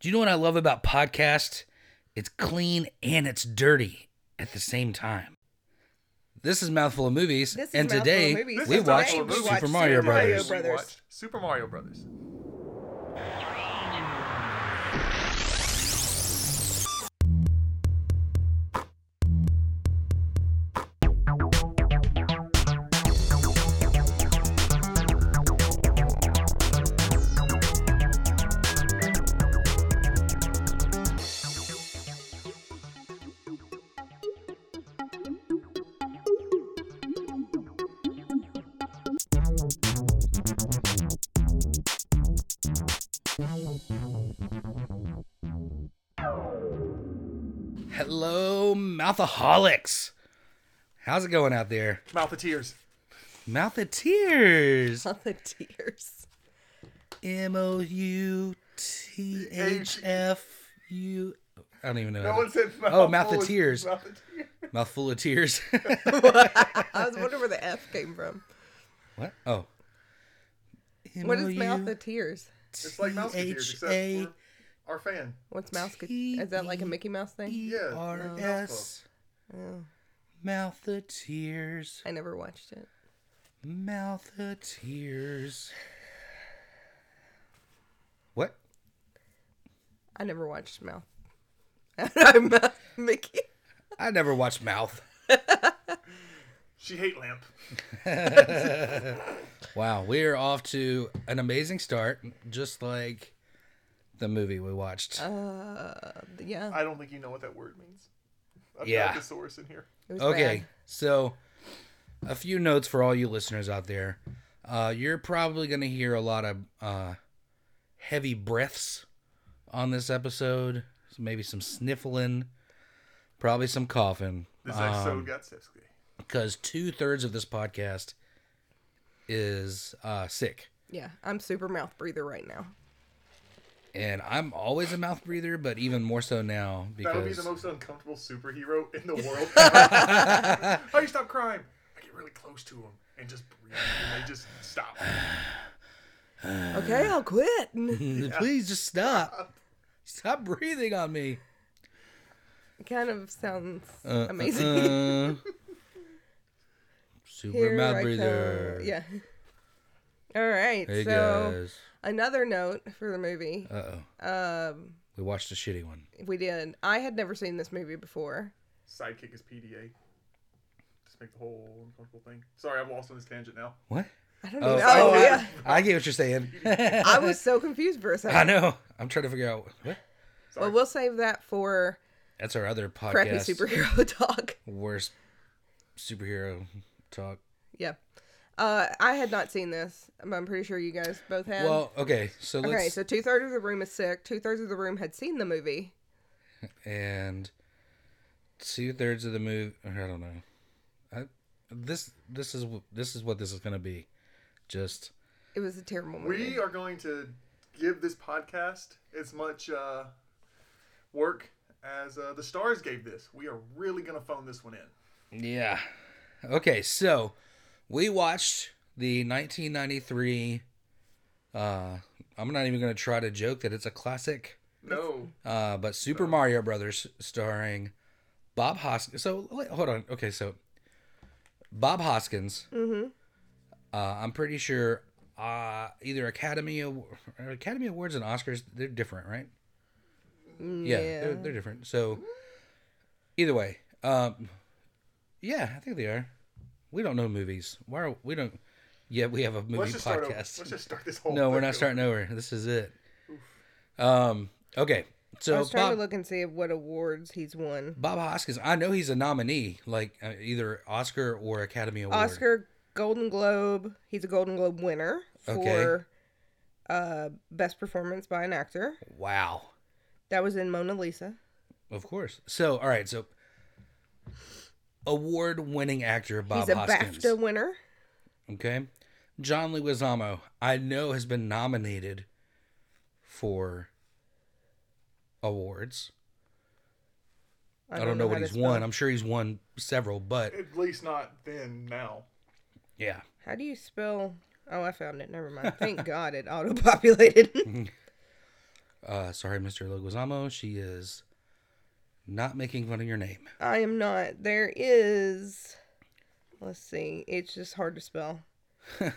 Do you know what I love about podcasts? It's clean and it's dirty at the same time. This is Mouthful of Movies, This is and Mouthful of today Movies. we This is watched today we Super Mario watched Super Mario Brothers. Brothers. Watch Super Mario Brothers. Hello, Mouthaholics. How's it going out there? Mouth of Tears. Mouth of Tears. All the tears. M O U T H F U. I don't even know. how No to- one said mouth. Oh, Mouth of Tears. Mouth of Tears. Mouthful of Tears. I was wondering where the F came from. what? Oh. What is mouth of tears? It's like Mouth of Tears, except for our fan. What's mouse? co- Is that like a Mickey Mouse thing? E Yeah, T-H-A-E-R-S. Oh, Mouth of Tears. I never watched it. Mouth of Tears. What? I never watched Mouth. I'm not Mickey. I never watched Mouth. She hate lamp. Wow, we're off to an amazing start, just like the movie we watched. Yeah. I don't think you know what that word means. I've Yeah. got the source in here. It was Okay, bad. so a few notes for all you listeners out there. Uh, you're probably going to hear a lot of uh, heavy breaths on this episode, so maybe some sniffling, probably some coughing, This Um, episode got sexy. because two thirds of this podcast is uh, sick. Yeah. I'm super mouth breather right now. And I'm always a mouth breather, but even more so now That would be the because most uncomfortable superhero in the world. How do you stop crime? I get really close to them and just breathe, and they just stop. Okay, I'll quit. Mm, please just stop. Stop breathing on me. It kind of sounds Uh, amazing. uh, uh. Super Here I mouth come. breather. Yeah. All right. Hey so guys. another note for the movie. Uh oh. Um, We watched a shitty one. we did. I had never seen this movie before. Sidekick is PDA. Just make the whole uncomfortable thing. Sorry, I'm lost on this tangent now. What? I don't Oh, know. oh, I- yeah. I get what you're saying. I was so confused for a I second. know. I'm trying to figure out what. Well, we'll save that for That's our other podcast. crappy superhero talk. Worst superhero talk. Yeah. Uh, I had not seen this, but I'm pretty sure you guys both had. Well, okay. So let's Um, okay, so two thirds of the room is sick. Two thirds of the room had seen the movie. and two thirds of the movie. I don't know. I, this this is wh- this is what this is gonna be. Just It was a terrible movie. We are going to give this podcast as much uh, work as uh, the stars gave this. We are really going to phone this one in. Yeah. Okay, so we watched the 1993. Uh, I'm not even going to try to joke that it's a classic, No. uh, but Super Mario Brothers starring Bob Hoskins. So wait, hold on. Okay, so Bob Hoskins. Mm-hmm. Uh, I'm pretty sure uh, either Academy Aw- or Academy Awards and Oscars they're different, right? Yeah, They're, they're different. So either way, um, yeah, I think they are. We don't know movies. Why are we don't? Yeah, we have a movie Let's just, start over. podcast. Let's just start this whole no, we're thing not over. starting over. This is it. Um. Okay. I So was trying Bob, to look and see what awards he's won. Bob Hoskins, I know he's a nominee, like uh, either Oscar or Academy Award. Oscar, Golden Globe. He's a Golden Globe winner Okay. for uh, best performance by an actor. Wow. That was in Mona Lisa. Of course. So all right. So award-winning actor Bob he's a Hoskins. BAFTA winner. Okay. John Leguizamo, I know, has been nominated for awards. I don't, know, what how to he's won. spell- I'm sure he's won several, but At least not then, now. yeah. How do you spell? Oh, I found it. Never mind. Thank God it auto populated. Uh, sorry, Mr. Leguizamo. She is not making fun of your name. I am not. There is. Let's see. It's just hard to spell. uh,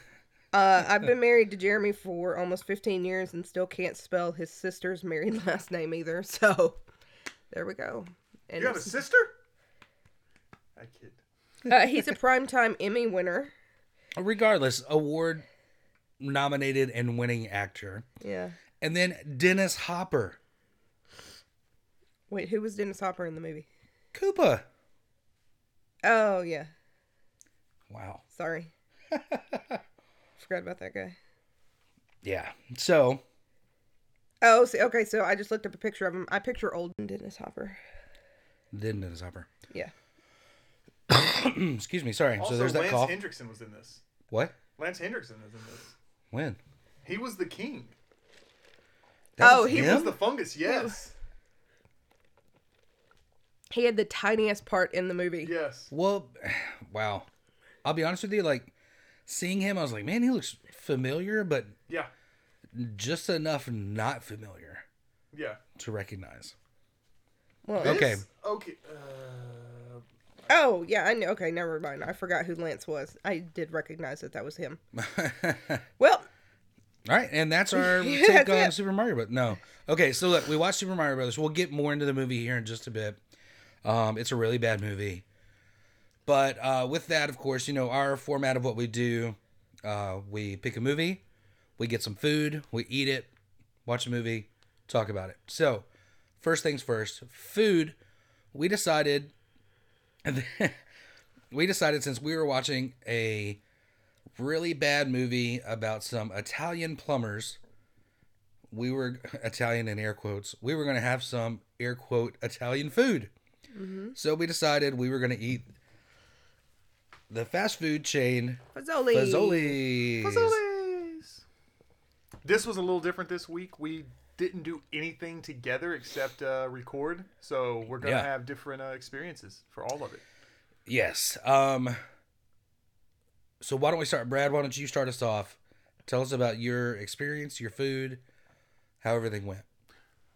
I've been married to Jeremy for almost 15 years and still can't spell his sister's married last name either. So there we go. And You have a it's- sister? I kid. uh, he's a primetime Emmy winner. Regardless, award nominated and winning actor. Yeah. And then Dennis Hopper. Wait, who was Dennis Hopper in the movie? Koopa. Oh, yeah. Wow. Sorry. Forgot about that guy. Yeah. So, Oh, see, okay. So I just looked up a picture of him. I picture old Dennis Hopper. then Dennis Hopper. Yeah. Excuse me. Sorry. Also, so there's that Lance cough. Hendrickson was in this. what? Lance Hendrickson was in this. When? He was the king. That Oh, was he He him? was the fungus, yes. He had the tiniest part in the movie. Yes. Well, wow. I'll be honest with you. Like seeing him, I was like, man, he looks familiar, but Yeah. just enough not familiar Yeah. to recognize. Well, This- Okay. Okay. Uh, Oh yeah, I know. Okay, never mind. I forgot who Lance was. I did recognize that that was him. Well, All right, and that's our Yeah, take that's on it. Super Mario Brothers. No, okay. So look, we watched Super Mario Brothers. We'll get more into the movie here in just a bit. Um, it's a really bad movie, but uh, with that, of course, you know our format of what we do. Uh, we pick a movie, we get some food, we eat it, watch a movie, talk about it. So, first things first, food. We decided, we decided since we were watching a really bad movie about some Italian plumbers. We were Italian in air quotes. We were going to have some air quote Italian food. So we decided we were going to eat the fast food chain Fazoli. Fazoli's. Fazoli's. This was a little different this week. We didn't do anything together except uh, record, so we're gonna Yeah. have different uh, experiences for all of it. Yes. Um. So why don't we start, Brad? Why don't you start us off? Tell us about your experience, your food, how everything went.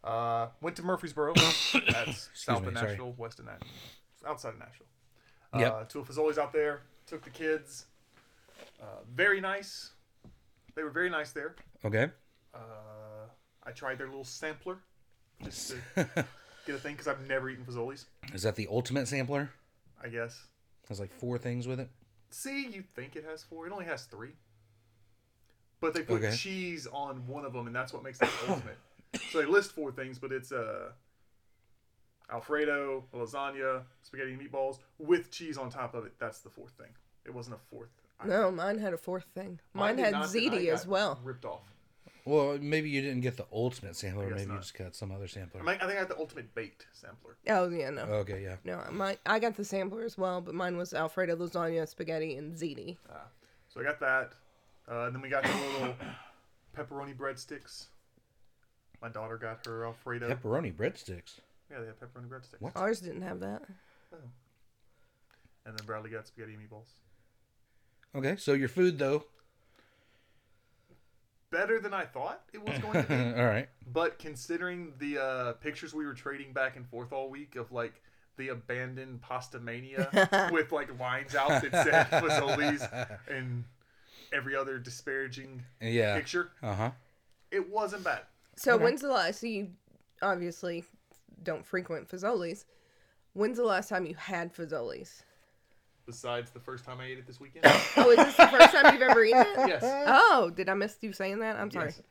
Uh, went to Murfreesboro. That's south me, of sorry. Nashville, west of Nashville, outside of Nashville. Uh, Yep. To a Fazoli's out there. Took the kids. Uh, very nice. They were very nice there. Okay. Uh, I tried their little sampler just to get a thing because I've never eaten Fazoli's. Is that the ultimate sampler? I guess. There's like four things with it. See, you think it has four. It only has three. But they put Okay. cheese on one of them, and that's what makes it the ultimate. So they list four things, but it's uh, Alfredo, lasagna, spaghetti and meatballs with cheese on top of it. That's the fourth thing. It wasn't a fourth. I- No, mine had a fourth thing. Mine, did had not, and I ziti got as well. Ripped off. Well, maybe you didn't get the ultimate sampler. I guess Maybe you not. just got some other sampler. I, mean, I think I had the ultimate baked sampler. Oh yeah, no, Uh. okay, yeah. no. Mine, I got the sampler as well, but mine was Alfredo lasagna, spaghetti, and ziti. So I got that. Uh, and then we got the little pepperoni breadsticks. My daughter got her Alfredo. Pepperoni breadsticks. yeah, they had pepperoni breadsticks. What? Ours didn't have that. And then Bradley got spaghetti and meatballs. Okay, so your food though. better than I thought it was going to All be. right. but considering the uh, pictures we were trading back and forth all week of like the abandoned pasta mania with like lines out that said Fazoli's and every other disparaging Yeah. picture, Uh huh. it wasn't bad. So when's the last? So you obviously don't frequent Fazoli's. When's the last time you had Fazoli's? Besides the first time I ate it this weekend. Oh, is this the first time you've ever eaten it? yes. Oh, did I miss you saying that? I'm sorry. Yes.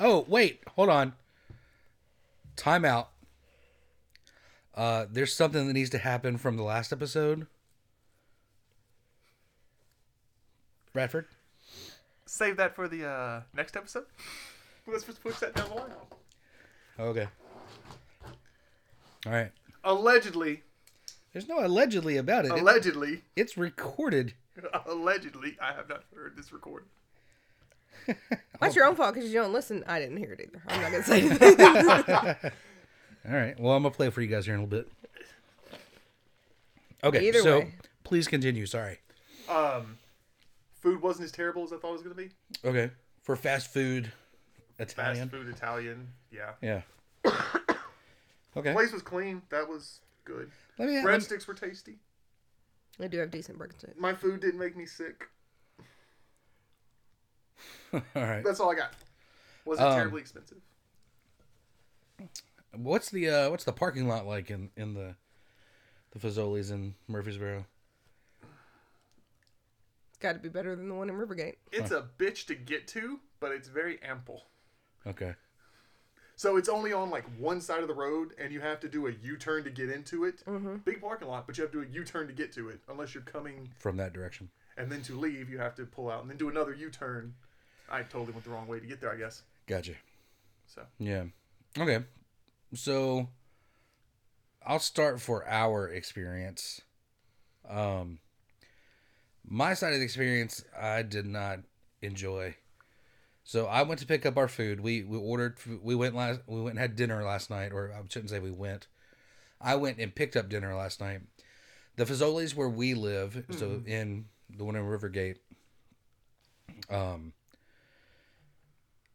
Oh wait, hold on. Time out. Uh, there's something that needs to happen from the last episode. Bradford. Save that for the uh, next episode. Let's just push that down the line. Okay. All right. Allegedly, There's no allegedly about it. It- allegedly, it's recorded. allegedly, I have not heard this recorded. That's your own fault because you don't listen. I didn't hear it either. I'm not gonna say anything. All right. Well, I'm gonna play it for you guys here in a little bit. Okay. Either so way. please continue. Sorry. Um, food wasn't as terrible as I thought it was going to be. Okay. For fast food, Italian. fast food Italian. Yeah. Yeah. Okay. Place was clean. That was good. Let me. let me- Breadsticks were tasty. I do have decent breadsticks. My food didn't make me sick. All right. That's all I got. Wasn't Um, terribly expensive. What's the uh, what's the parking lot like in in the the Fazoli's in Murfreesboro? It's got to be better than the one in Rivergate. It's a bitch to get to, but it's very ample. Okay. So it's only on like one side of the road, and you have to do a U turn to get into it. Big parking lot, but you have to do a U turn to get to it. Unless you're coming From that direction. and then to leave, you have to pull out and then do another U turn. I totally went the wrong way to get there, I guess. Gotcha. So Yeah. Okay. So I'll start for our experience. Um my side of the experience I did not enjoy. So I went to pick up our food. We we ordered f- we went last we went and had dinner last night or I shouldn't say we went. I went and picked up dinner last night. The Fazoli's where we live, so in the one in Rivergate. Um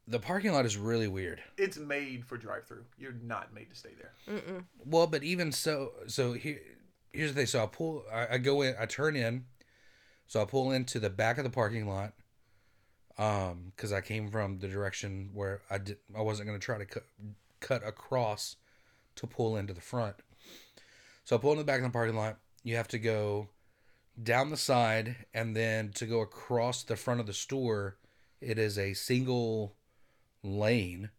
the parking lot is really weird. it's made for drive through. You're not made to stay there. Mm-mm. Well, but even so, so here, here's the thing. So I pull, I, I go in, I turn in. So I pull into the back of the parking lot, um, because I came from the direction where I did, I wasn't gonna try to cut, cut across, to pull into the front. So I pull in the back of the parking lot. You have to go down the side, and then to go across the front of the store, it is a single lane.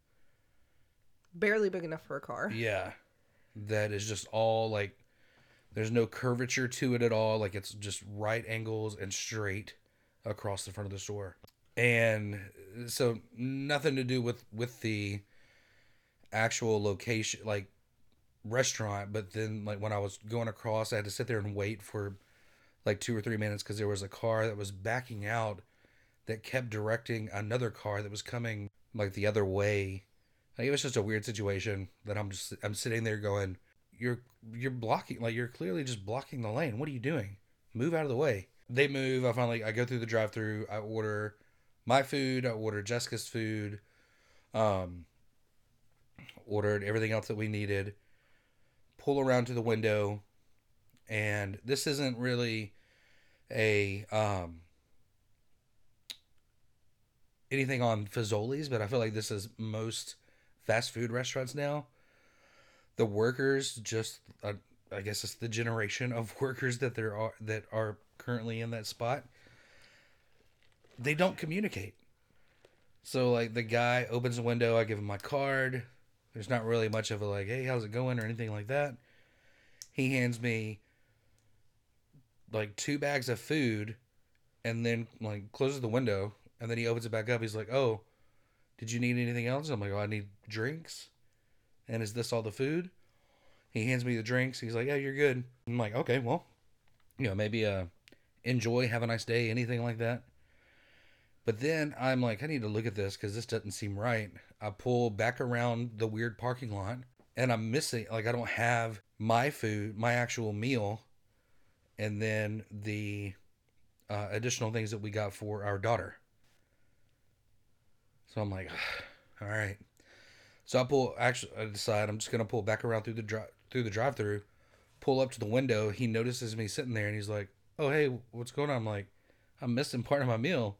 Barely big enough for a car. Yeah. That is just all like there's no curvature to it at all. Like it's just right angles and straight across the front of the store. And so nothing to do with with the actual location like restaurant, but then like when I was going across, I had to sit there and wait for like 2 or 3 minutes cuz there was a car that was backing out that kept directing another car that was coming like the other way like, it was just a weird situation that I'm just I'm sitting there going, "You're you're blocking like you're clearly just blocking the lane. What are you doing? Move out of the way." They move. I finally I go through the drive-through. I order my food. I order Jessica's food. Um, ordered everything else that we needed. Pull around to the window, and this isn't really a um anything on Fazoli's, but I feel like this is most fast food restaurants now. The workers just, uh, I guess it's the generation of workers that there are that are currently in that spot. They don't communicate. So like the guy opens the window, I give him my card. There's not really much of a like, hey, how's it going or anything like that. He hands me like two bags of food and then like closes the window and then he opens it back up. He's like, "Oh, did you need anything else?" I'm like, "Oh, I need drinks." And is this all the food? He hands me the drinks. He's like, "Yeah, you're good." I'm like, "Okay, well, you know, maybe uh, enjoy, have a nice day, anything like that." But then I'm like, I need to look at this because this doesn't seem right. I pull back around the weird parking lot and I'm missing, like, I don't have my food, my actual meal, and then the uh, additional things that we got for our daughter. So I'm like, all right. So I pull. Actually, I decide I'm just gonna pull back around through the drive through the drive through, pull up to the window. He notices me sitting there, and he's like, "Oh hey, what's going on?" I'm like, "I'm missing part of my meal.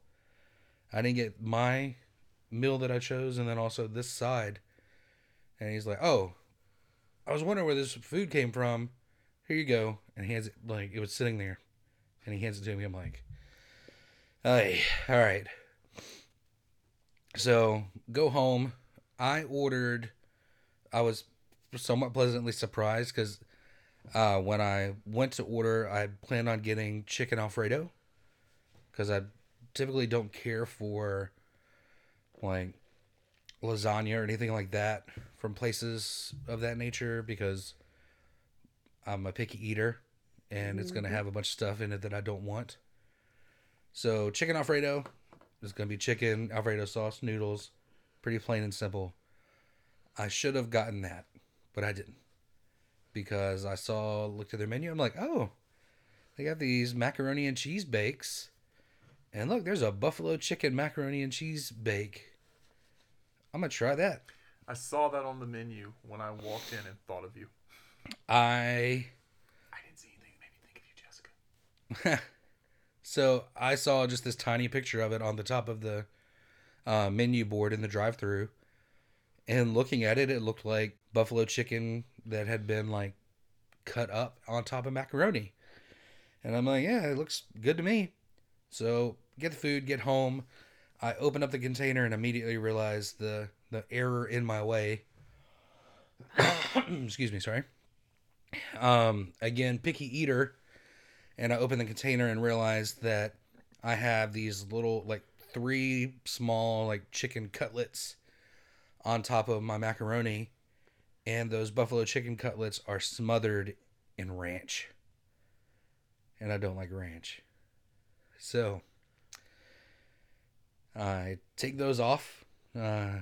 I didn't get my meal that I chose, and then also this side." And he's like, "Oh, I was wondering where this food came from. Here you go." And he hands it like it was sitting there, and he hands it to me. I'm like, "Hey, all right." So go home. I ordered. I was somewhat pleasantly surprised because uh, when I went to order, I planned on getting chicken alfredo because I typically don't care for like lasagna or anything like that from places of that nature because I'm a picky eater and it's gonna have a bunch of stuff in it that I don't want. So chicken alfredo, it's gonna be chicken, Alfredo sauce, noodles, pretty plain and simple. I should have gotten that, but I didn't because I saw looked at their menu. I'm like, oh, they got these macaroni and cheese bakes, and look, there's a buffalo chicken macaroni and cheese bake. I'm gonna try that. I saw that on the menu when I walked in and thought of you. I I didn't see anything that made me think of you, Jessica. so I saw just this tiny picture of it on the top of the uh, menu board in the drive-through, and looking at it, it looked like buffalo chicken that had been like cut up on top of macaroni, and I'm like, yeah, it looks good to me. So get the food, get home. I open up the container and immediately realize the the error in my way. Excuse me, sorry. Um, again, picky eater and I open the container and realize that I have these little like three small like chicken cutlets on top of my macaroni and those buffalo chicken cutlets are smothered in ranch and I don't like ranch so I take those off uh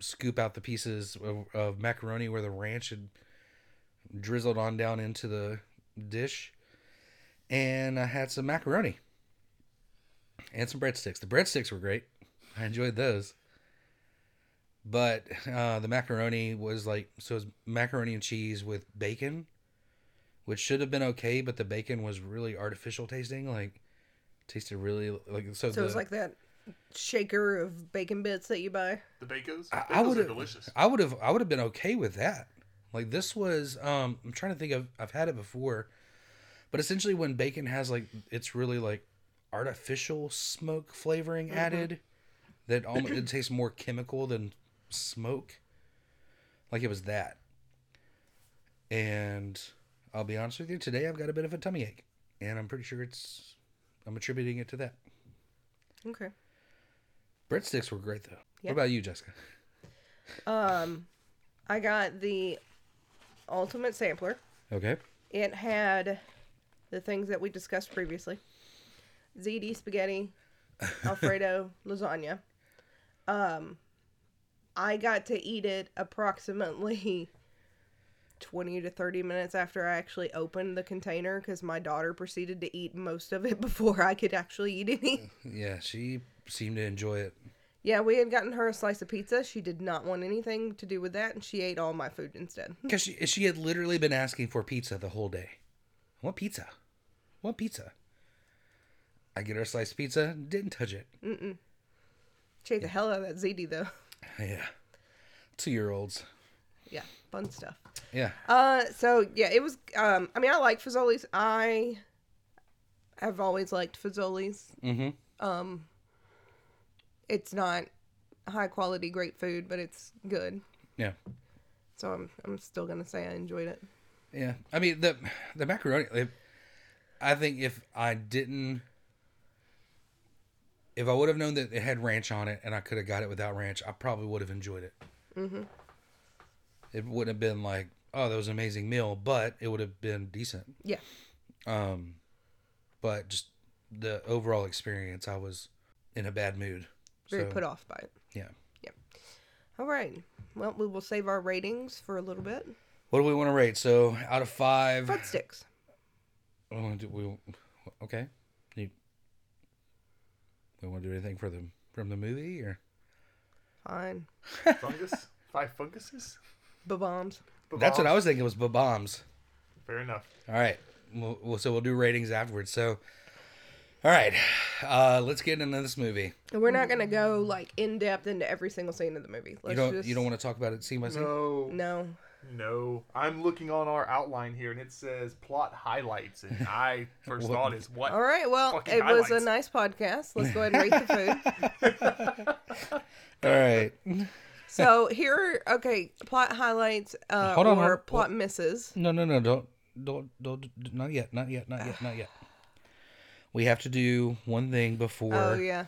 scoop out the pieces of, of macaroni where the ranch had drizzled on down into the dish and I had some macaroni and some breadsticks. The breadsticks were great. I enjoyed those. But uh, the macaroni was like so it's macaroni and cheese with bacon, which should have been okay, but the bacon was really artificial tasting. Like tasted really like so. So the, it's like that shaker of bacon bits that you buy. The Bacos? I- Bacos I would are have delicious. I would have I would have been okay with that. Like this was um I'm trying to think of I've had it before. But essentially when bacon has like it's really like artificial smoke flavoring Mm-hmm. added that almost it tastes more chemical than smoke. Like it was that. And I'll be honest with you, today I've got a bit of a tummy ache. And I'm pretty sure it's I'm attributing it to that. Okay. Breadsticks were great though. What Yeah. about you, Jessica? Um, I got the ultimate sampler. Okay. It had the things that we discussed previously: ziti, spaghetti, Alfredo, lasagna. Um, I got to eat it approximately twenty to thirty minutes after I actually opened the container because my daughter proceeded to eat most of it before I could actually eat any. Yeah, she seemed to enjoy it. Yeah, we had gotten her a slice of pizza. She did not want anything to do with that, and she ate all my food instead. Because she, she had literally been asking for pizza the whole day. I want pizza. I want pizza. I get her a slice of pizza, didn't touch it. She ate the hell out of that ziti, though. Yeah. Two year olds. Yeah, fun stuff. Yeah. Uh, so yeah, it was. Um, I mean, I like Fazoli's. I have always liked Fazoli's. Mm-hmm. Um, it's not high quality, great food, but it's good. Yeah. So I'm I'm still gonna say I enjoyed it. Yeah. I mean, the the macaroni, it, I think if I didn't, if I would have known that it had ranch on it and I could have got it without ranch, I probably would have enjoyed it. Mm-hmm. It wouldn't have been like, oh, that was an amazing meal, but it would have been decent. Yeah. um but just the overall experience i was in a bad mood Very So, put off by it. yeah All right. Well, we will save our ratings for a little bit. what do we want to rate so out of five Breadsticks. oh, do we, okay you, we want to do anything for the from the movie or Fine. Fungus? Five funguses? Ba-bombs. that's what i Babams. was thinking was bombs Fair enough. all right we'll, we'll- so we'll do ratings afterwards so all right uh let's get into this movie And we're not gonna go like in depth into every single scene of the movie. Let's you don't just you don't want to talk about it scene by scene No. no. No, I'm looking on our outline here, and it says plot highlights, and I first What- thought is what? All right. Well, Fucking it was a highlights. nice podcast. Let's go ahead and rate the food. all right So here, okay, plot highlights uh, Hold on, or hold on. plot misses. No, no, no, don't, don't, don't, not yet, not yet, not yet, not yet. We have to do one thing before Oh yeah,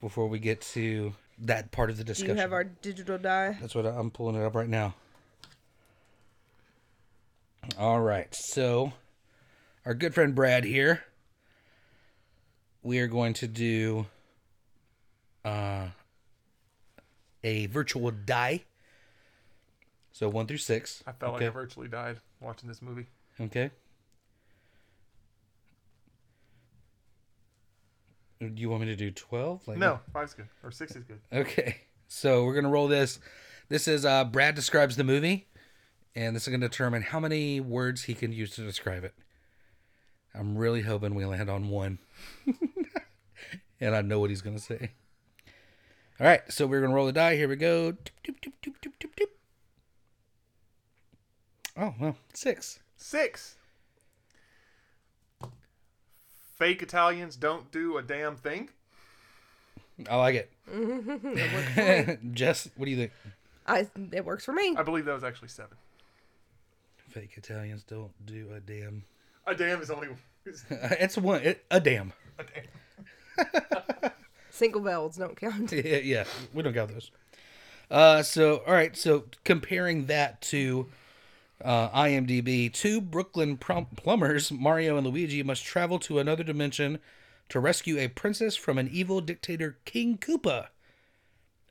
before we get to that part of the do discussion. you have our digital die? That's what I, I'm pulling it up right now. All right, so our good friend Brad here. We are going to do uh, a virtual die. So one through six. I felt okay. like I virtually died watching this movie. Okay. Do you want me to do 12? Like No, five's good or six is good. Okay. So we're gonna roll this. This is uh, Brad describes the movie, and this is gonna determine how many words he can use to describe it. I'm really hoping we land on one, and I know what he's gonna say. All right, so we're gonna roll the die. Here we go. Doop, doop, doop, doop, doop, doop. Oh well, six. Six. Fake Italians don't do a damn thing. I like it. Jess, what do you think? I it works for me. I believe that was actually seven. Fake Italians don't do a damn. Uh, A damn is only. is- It's one. It, a damn. a damn. Single vowels don't count. Yeah, yeah, we don't got those. Uh, so all right. So comparing that to uh, IMDb, two Brooklyn prom- plumbers, Mario and Luigi, must travel to another dimension to rescue a princess from an evil dictator, King Koopa.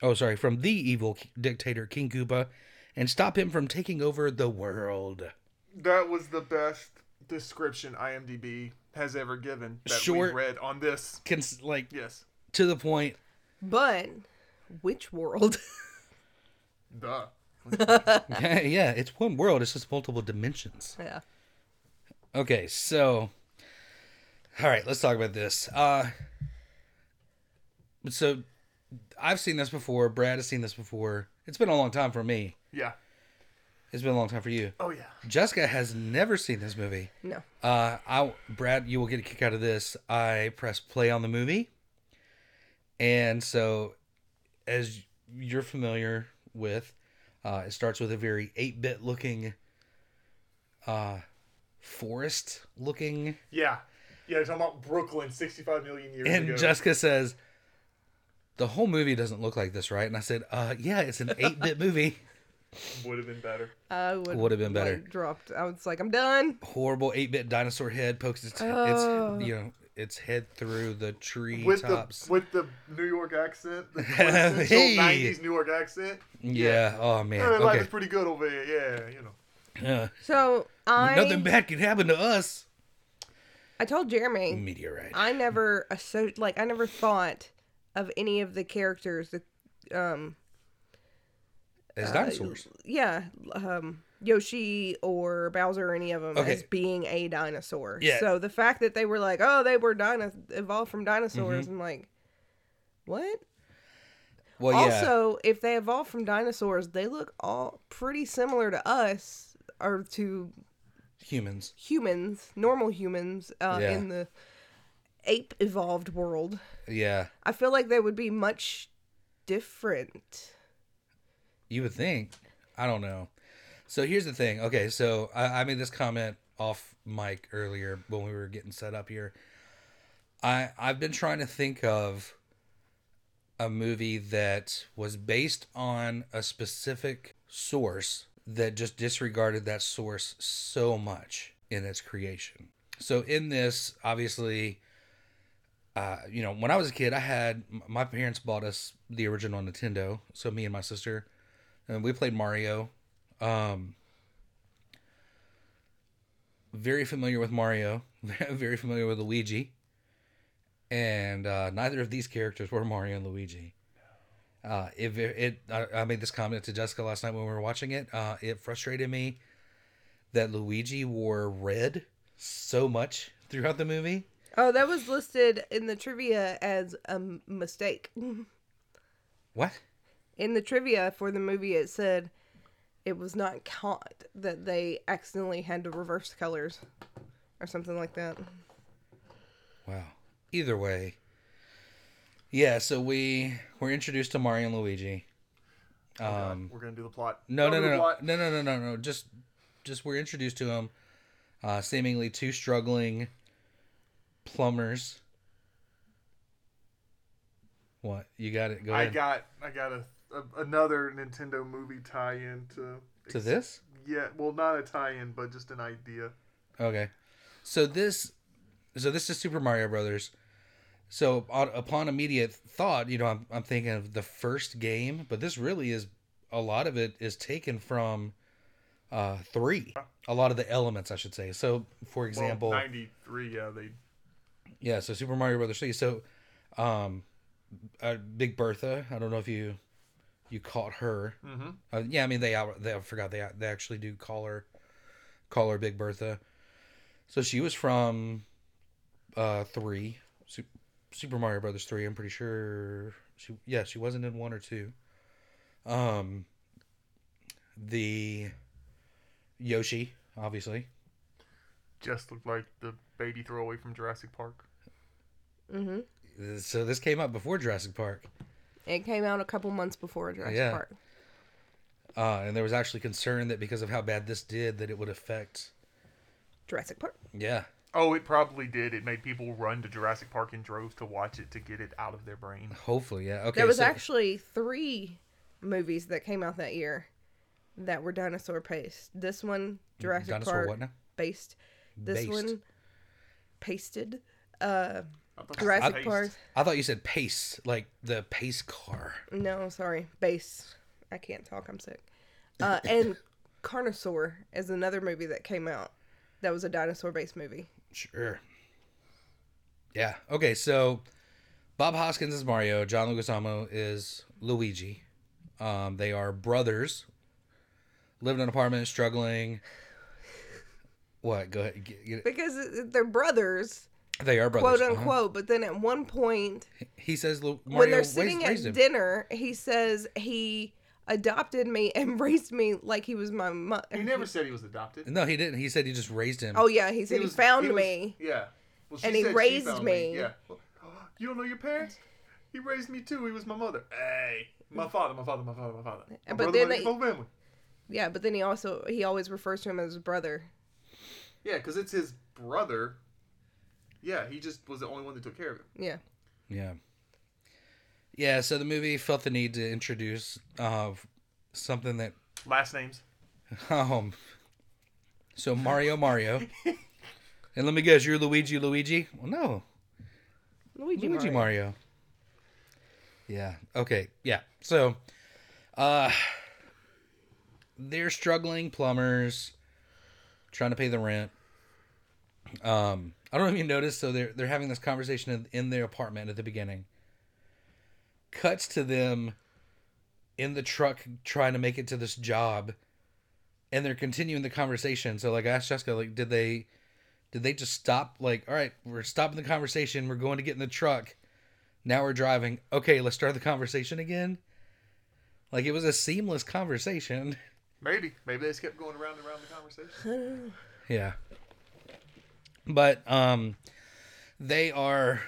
Oh, sorry, from the evil k- dictator, King Koopa, and stop him from taking over the world. That was the best description IMDb has ever given that Short. we read on this. Can s- like Yes. to the point. But which world? Duh. Yeah, yeah, it's one world. It's just multiple dimensions. yeah. Okay, so all right, let's talk about this. Uh so I've seen this before, Brad has seen this before. It's been a long time for me. Yeah. It's been a long time for you. Oh yeah. Jessica has never seen this movie. No. Uh I Brad, you will get a kick out of this. I press play on the movie. And so as you're familiar with, uh it starts with a very 8-bit looking uh forest looking Yeah. Yeah. You're talking about Brooklyn 65 million years And ago. Jessica says, "The whole movie doesn't look like this, right?" And I said, "Uh, yeah, it's an eight-bit movie. Would have been better. I would Would've been better. like, dropped. I was like, I'm done. Horrible eight-bit dinosaur head pokes its, Oh. its you know its head through the tree With tops. the with the New York accent, the Hey. quintessential 90s New York accent. yeah. Oh man. Hey, life is Okay. pretty good over here. Yeah, you know. Uh, So I nothing bad can happen to us. I told Jeremy Meteorite. I never asso- like I never thought of any of the characters that um As dinosaurs. yeah um Yoshi or Bowser or any of them Okay. as being a dinosaur. Yeah. So the fact that they were like, "Oh, they were dino- evolved from dinosaurs." Mm-hmm. I'm like, "What?" Well, yeah. also, if they evolved from dinosaurs, they look all pretty similar to us or to Humans. humans, normal humans uh, Yeah. in the ape evolved world. Yeah. I feel like they would be much different. You would think. I don't know. So here's the thing. Okay, so I, I made this comment off mic earlier when we were getting set up here. I I've been trying to think of a movie that was based on a specific source that just disregarded that source so much in its creation. So in this, obviously, uh, you know, when I was a kid, I had m- my parents bought us the original Nintendo. So me and my sister, and we played Mario. Um, very familiar with Mario, very familiar with Luigi, and uh, neither of these characters were Mario and Luigi. Uh, if it, it I, I made this comment to Jessica last night when we were watching it. Uh, it frustrated me that Luigi wore red so much throughout the movie. Oh, that was listed in the trivia as a m- mistake. What? In the trivia for the movie, it said it was not caught that they accidentally had to reverse colors or something like that. Wow. Either way. Yeah, so we were introduced to Mario and Luigi. Oh, God, Um, we're gonna do the plot. No, no, Go to no, the no, plot. no, no, no, no, no. Just, just we're introduced to them, uh, seemingly two struggling plumbers. What you got it? Go I ahead. got I got a, a another Nintendo movie tie-in to to this. Yeah, well, not a tie-in, but just an idea. Okay, so this, so this is Super Mario Brothers. So on, upon immediate thought, you know, I'm I'm thinking of the first game, but this really is a lot of it is taken from uh three. A lot of the elements, I should say. So, for example, well, ninety-three. Yeah, they. Yeah, so Super Mario Brothers 3. So, um, uh, Big Bertha. I don't know if you You caught her. Mm-hmm. Uh, yeah, I mean they. out- They I forgot they they actually do call her, call her Big Bertha. So she was from, uh, three, Su- Super Mario Brothers three. I'm pretty sure she. Yeah, she wasn't in one or two. Um. The. Yoshi, obviously. Just looked like the baby throwaway from Jurassic Park. Mm-hmm. So this came up before Jurassic Park. It came out a couple months before Jurassic Yeah. Park. Uh, and there was actually concern that because of how bad this did, that it would affect. Jurassic Park. Yeah, Oh, it probably did. It made people run to Jurassic Park in droves to watch it to get it out of their brain. hopefully, yeah. Okay, There was so- actually three movies that came out that year that were dinosaur based. This one, Jurassic dinosaur Park what now? based. This Based. one, pasted. Uh, I thought it was Jurassic taste. Park. I thought you said pace, like the pace car. No, sorry, base. I can't talk. I'm sick. Uh, and Carnosaur is another movie that came out. That was a dinosaur based movie. Sure. Yeah. Okay. So, Bob Hoskins is Mario. John Leguizamo is Luigi. Um, they are brothers. Live in an apartment, struggling. What? Go ahead. Get, get it. Because it- it- they're brothers, They are brothers. quote uh-huh. unquote. But then at one point, He says Lu- Mario when they're raised- sitting at raised him. dinner, he says he adopted me and raised me like he was my mother. He never said he was adopted. No, he didn't. He said he just raised him. Oh yeah, he said he, was- found was- me. Yeah. Well, she And he said she raised found me. Yeah. You don't know your parents? He raised me too. He was my mother. Hey, my father, my father, my father, my father. My But brother, then my, they- my family. Yeah, but then he also he always refers to him as brother. Yeah, because it's his brother. Yeah, he just was the only one that took care of him. Yeah, Yeah. Yeah, so the movie felt the need to introduce uh, something that Last names. um so Mario Mario. and let me guess, you're Luigi Luigi? Well no. Luigi, Luigi Mario. Mario. Yeah. Okay. Yeah. So uh they're struggling plumbers trying to pay the rent. Um I don't know if you noticed so they're they're having this conversation in, in their apartment at the beginning. Cuts to them in the truck trying to make it to this job and they're continuing the conversation. So like I asked Jessica like did they did they just stop like all right we're stopping the conversation we're going to get in the truck now we're driving okay let's start the conversation again like it was a seamless conversation Maybe. Maybe they just kept going around and around the conversation. yeah but um they are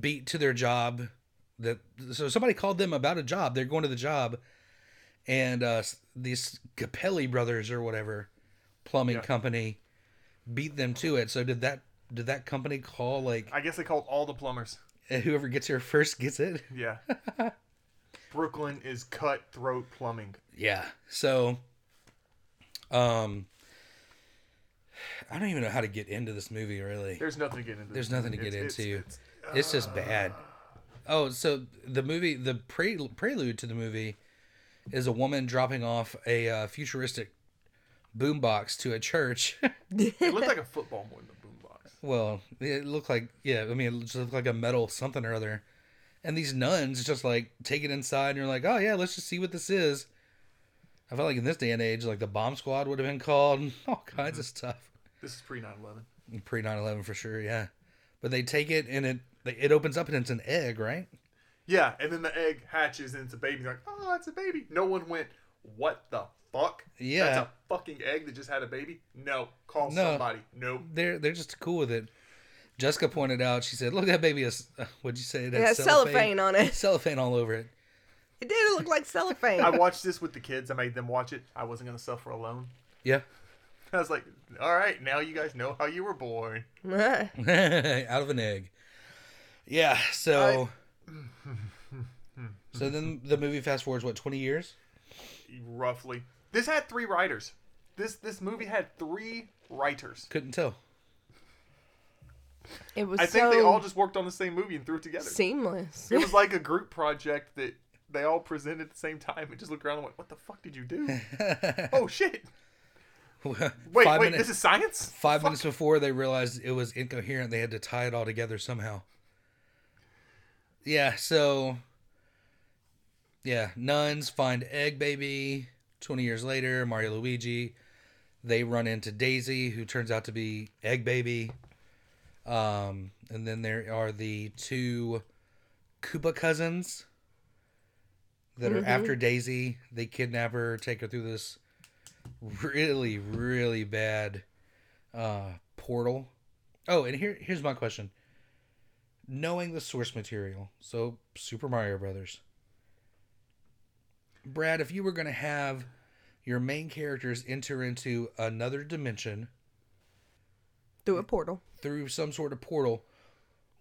beat to their job that so somebody called them about a job they're going to the job and uh s- these capelli brothers or whatever plumbing Yeah. company beat them to it so did that did that company call like eh, I guess they called all the plumbers. whoever gets here first gets it Yeah. Brooklyn is cutthroat plumbing. yeah so um i don't even know how to get into this movie really There's nothing to get into. There's nothing to get It's- into. It's, uh, It's just bad. Oh, so the movie, the pre- prelude to the movie is a woman dropping off a uh, futuristic boombox to a church. it's- it looked like a football more than a boombox. well, it looked like, yeah, I mean, it just looked like a metal something or other. And these nuns just like take it inside and you're like, oh, yeah, let's just see what this is. I felt like in this day and age, like the bomb squad would have been called and all kinds of stuff. This is pre 9/11. Pre 9 11 for sure, yeah. But they take it and it it opens up and it's an egg, right? Yeah, and then the egg hatches and it's a baby. You're like, oh, it's a baby. No one went, what the fuck? Yeah. That's a fucking egg that just had a baby? No. Call No. somebody. Nope. they're they're just cool with it. Jessica pointed out. She said, "Look, that baby is. What'd you say? It It has cellophane on it. Cellophane all over it. It did look like cellophane. I watched this with the kids. I made them watch it. I wasn't going to suffer alone. Yeah, I was like, all right, now you guys know how you were born. out of an egg. Yeah. So, so then the movie fast forwards what twenty years? Roughly. This had three writers. This this movie had three writers. Couldn't tell. it was I think so they all just worked on the same movie and threw it together. seamless. It was like a group project that they all presented at the same time and just looked around and went, what the fuck did you do? oh, shit. Wait, wait, minutes. this is science? Five minutes before they realized it was incoherent, they had to tie it all together somehow. Yeah, so Yeah, nuns find Egg Baby. 20 years later, Mario Luigi. They run into Daisy, who turns out to be Egg Baby. Um, and then there are the two Koopa cousins that are after Daisy. They kidnap her, take her through this really, really bad uh, portal. Oh, and here here's my question. Knowing the source material, so Super Mario Brothers. Brad, if you were going to have your main characters enter into another dimension Through a portal. through some sort of portal,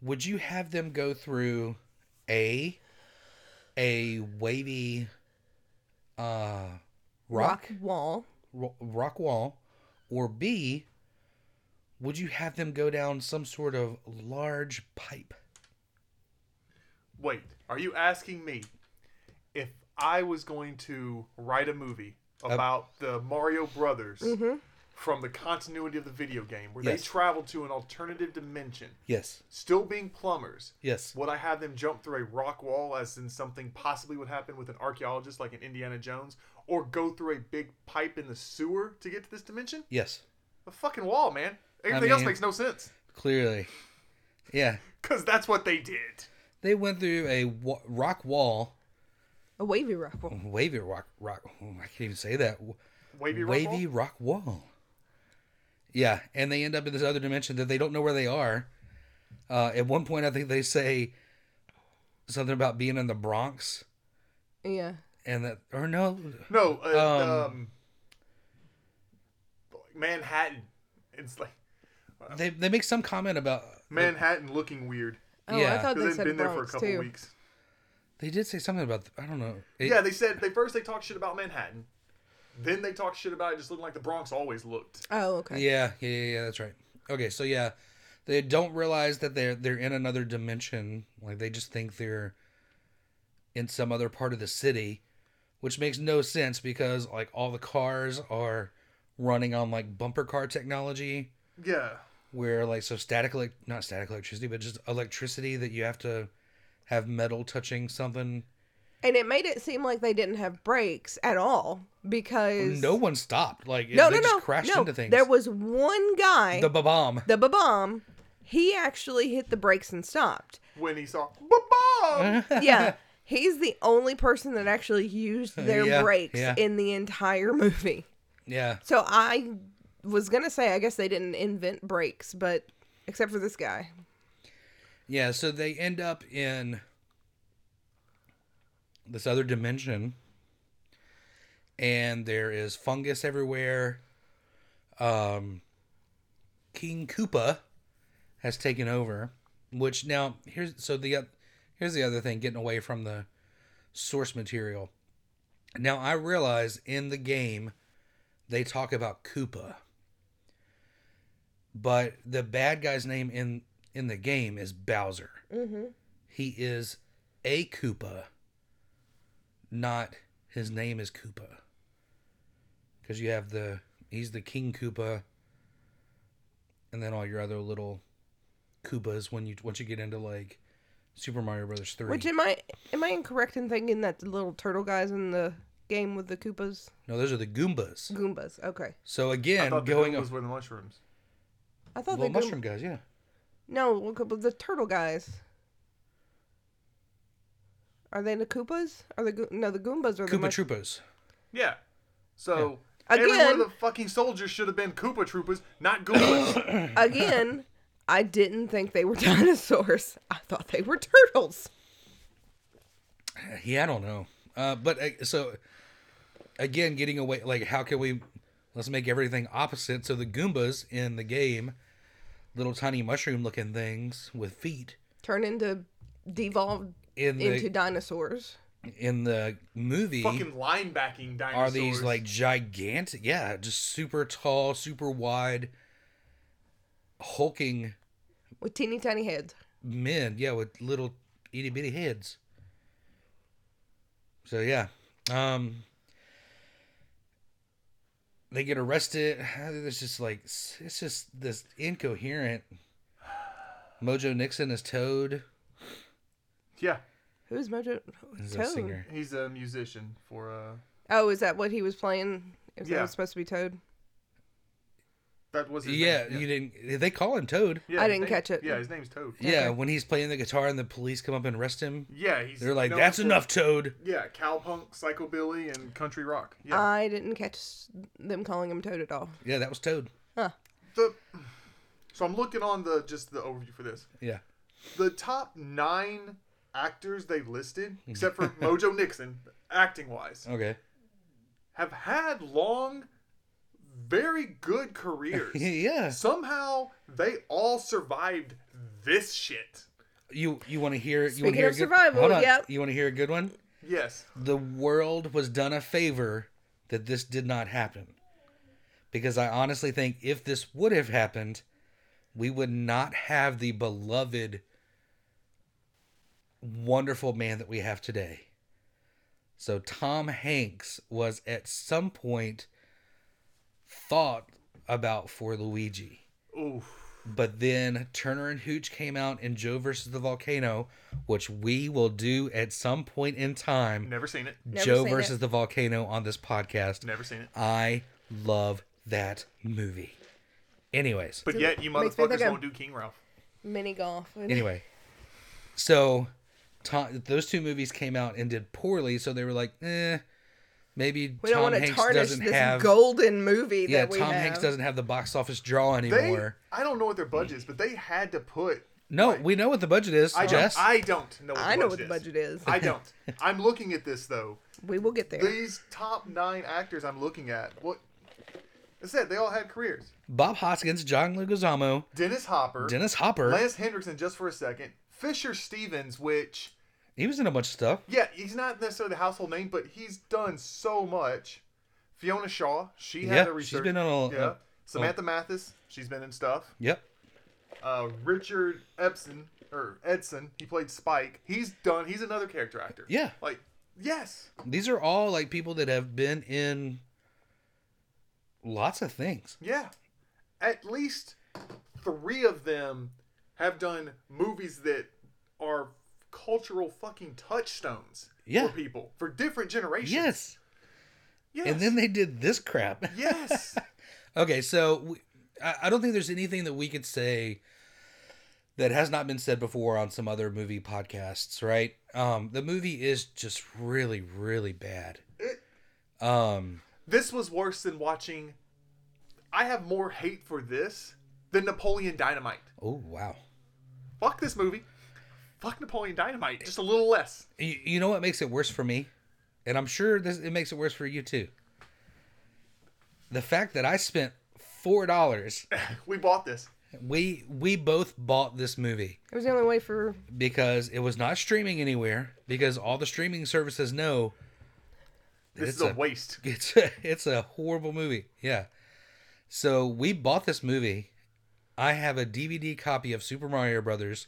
would you have them go through a a wavy uh rock wall. ro- rock wall or B would you have them go down some sort of large pipe? Wait, are you asking me if I was going to write a movie about the Mario Brothers from the continuity of the video game where Mm-hmm. Yes. they travel to an alternative dimension, Yes. still being plumbers? Yes. Would I have them jump through a rock wall, as in something possibly would happen with an archaeologist like in Indiana Jones, or go through a big pipe in the sewer to get to this dimension? Yes. A fucking wall, man. Everything else mean- makes no sense. Clearly. Yeah. Because that's what they did. They went through a wa- rock wall, A wavy rock wall. wavy rock rock oh, I can't even say that. Wavy, rock wall? wavy rock wall. Yeah, and they end up in this other dimension that they don't know where they are. Uh, at one point, I think they say something about being in the Bronx, Yeah. and that or no, No, uh, Um, um, Manhattan. It's like they they make some comment about Manhattan looking weird Oh, Yeah. I thought they because said they've been there Bronx for a couple too. weeks. they did say something about I don't know. It- yeah, they said they first they talked shit about Manhattan, then they talked shit about it just looking like the Bronx always looked. Oh, okay. yeah, yeah, yeah, yeah, that's right. Okay, so yeah, they don't realize that they're they're in another dimension. Like they just think they're in some other part of the city, which makes no sense because like all the cars are running on like bumper car technology. Yeah, where like so static elec not static electricity but just electricity that you have to have metal touching something And it made it seem like they didn't have brakes at all because no one stopped like it- no, they no, just no, crashed no. into things There was one guy, the the, bomb Babam. He actually hit the brakes and stopped. when he saw ba Yeah. He's the only person that actually used their Yeah, brakes yeah. in the entire movie. yeah So I was gonna say, I guess they didn't invent brakes, but except for this guy, yeah so they end up in this other dimension and there is fungus everywhere um king koopa has taken over which now here's so the oth- here's the other thing getting away from the source material now i realize in the game they talk about koopa but the bad guy's name in in the game is bowser mm-hmm. he is a koopa not his name is koopa because you have the he's the king koopa and then all your other little koopas when you once you get into like super mario brothers 3 which am I am I incorrect in thinking that the little turtle guys in the game with the Koopas, no those are the goombas Goombas? Okay, So I again, thought the going was up, with the mushrooms. I thought well, the Goom- mushroom guys, yeah. No, look up the turtle guys. Are they the Koopas? Are the Goo- no the Goombas are the Koopa mush- Troopas. Yeah, so. Again- Every one of the fucking soldiers should have been Koopa Troopers, not Goombas. again. I didn't think they were dinosaurs. I thought they were turtles. Yeah, I don't know. Uh, but uh, so again, getting away like how can we? Let's make everything opposite. So the Goombas in the game, little tiny mushroom-looking things with feet. Turn into devolved In the into dinosaurs. in the movie, fucking linebacking dinosaurs. are these like gigantic? Yeah, just super tall, super wide, hulking with teeny tiny heads. men, yeah, with little itty bitty heads. So yeah, um, they get arrested. It's just like it's just this incoherent. Mojo Nixon is Toad. Yeah. Who's Mojo? He's a Toad. singer. He's a musician for uh Oh, is that what he was playing? Is Yeah. that was supposed to be Toad? that was his Yeah, name. you didn't. They call him Toad. yeah, I his didn't name- catch it. Yeah, his name's Toad. Yeah, when he's playing the guitar and the police come up and arrest him, Yeah, he's they're like, known "That's for- enough, Toad." Yeah, cowpunk, psychobilly, and country rock. Yeah, I didn't catch them calling him Toad at all. Yeah, that was Toad. the, so I'm looking on the just the overview for this. Yeah, The top nine actors they listed, except for Mojo Nixon, acting wise, okay. have had long, very good careers. yeah, Somehow they all survived this shit. you you want to hear? You want Speaking to hear of a good- survival, hold on. yep. You want to hear a good one? Yes. the world was done a favor that this did not happen. Because I honestly think if this would have happened, we would not have the beloved, wonderful man that we have today. So Tom Hanks was at some point thought about for Luigi. Ooh. But then Turner and Hooch came out in Joe versus the Volcano, which we will do at some point in time. Never seen it. Never Joe seen versus it. the volcano on this podcast. Never seen it. I love that movie. Anyways, But yet you Makes me think motherfuckers I'm- won't do King Ralph. Mini golf. and- anyway, so Tom, those two movies came out and did poorly, so they were like, eh, maybe we don't Tom want to Hanks tarnish doesn't this have. golden movie yeah, that we Tom have. Hanks doesn't have the box office draw They, anymore. I don't know what their budget is, but they had to put. no, we know what the budget is. I don't, Jess, I don't know. What the I know budget what the is. budget is. I don't. I'm looking at this though. we will get there. These top nine actors I'm looking at. What? That's it. They all had careers. Bob Hoskins, John Leguizamo, Dennis Hopper, Dennis Hopper. Lance Hendrickson, just for a second. Fisher Stevens, which he was in a bunch of stuff. yeah, he's not necessarily the household name, but he's done so much. Fiona Shaw, she had Yeah, a she's research. been on a- yeah. a- Samantha Mathis, she's been in stuff. Yep. Uh, Richard Epson or Edson, he played Spike. He's done. He's another character actor. Yeah. Like yes, These are all like people that have been in lots of things. yeah. At least three of them have done movies that are cultural fucking touchstones Yeah. for people for different generations. Yes. Yes. And then they did this crap. yes. Okay, so we, I, I don't think there's anything that we could say that has not been said before on some other movie podcasts, right? Um, the movie is just really, really bad. Um, this was worse than watching. I have more hate for this than Napoleon Dynamite. oh wow. Fuck this movie. Fuck Napoleon Dynamite. Just a little less. You, you know what makes it worse for me, and I'm sure this it makes it worse for you too. The fact that I spent four dollars, We bought this. we we both bought this movie. it was the only way for because it was not streaming anywhere because all the streaming services know This It's is a, a- waste. it's a, it's a horrible movie. Yeah. So we bought this movie. I have a DVD copy of Super Mario Brothers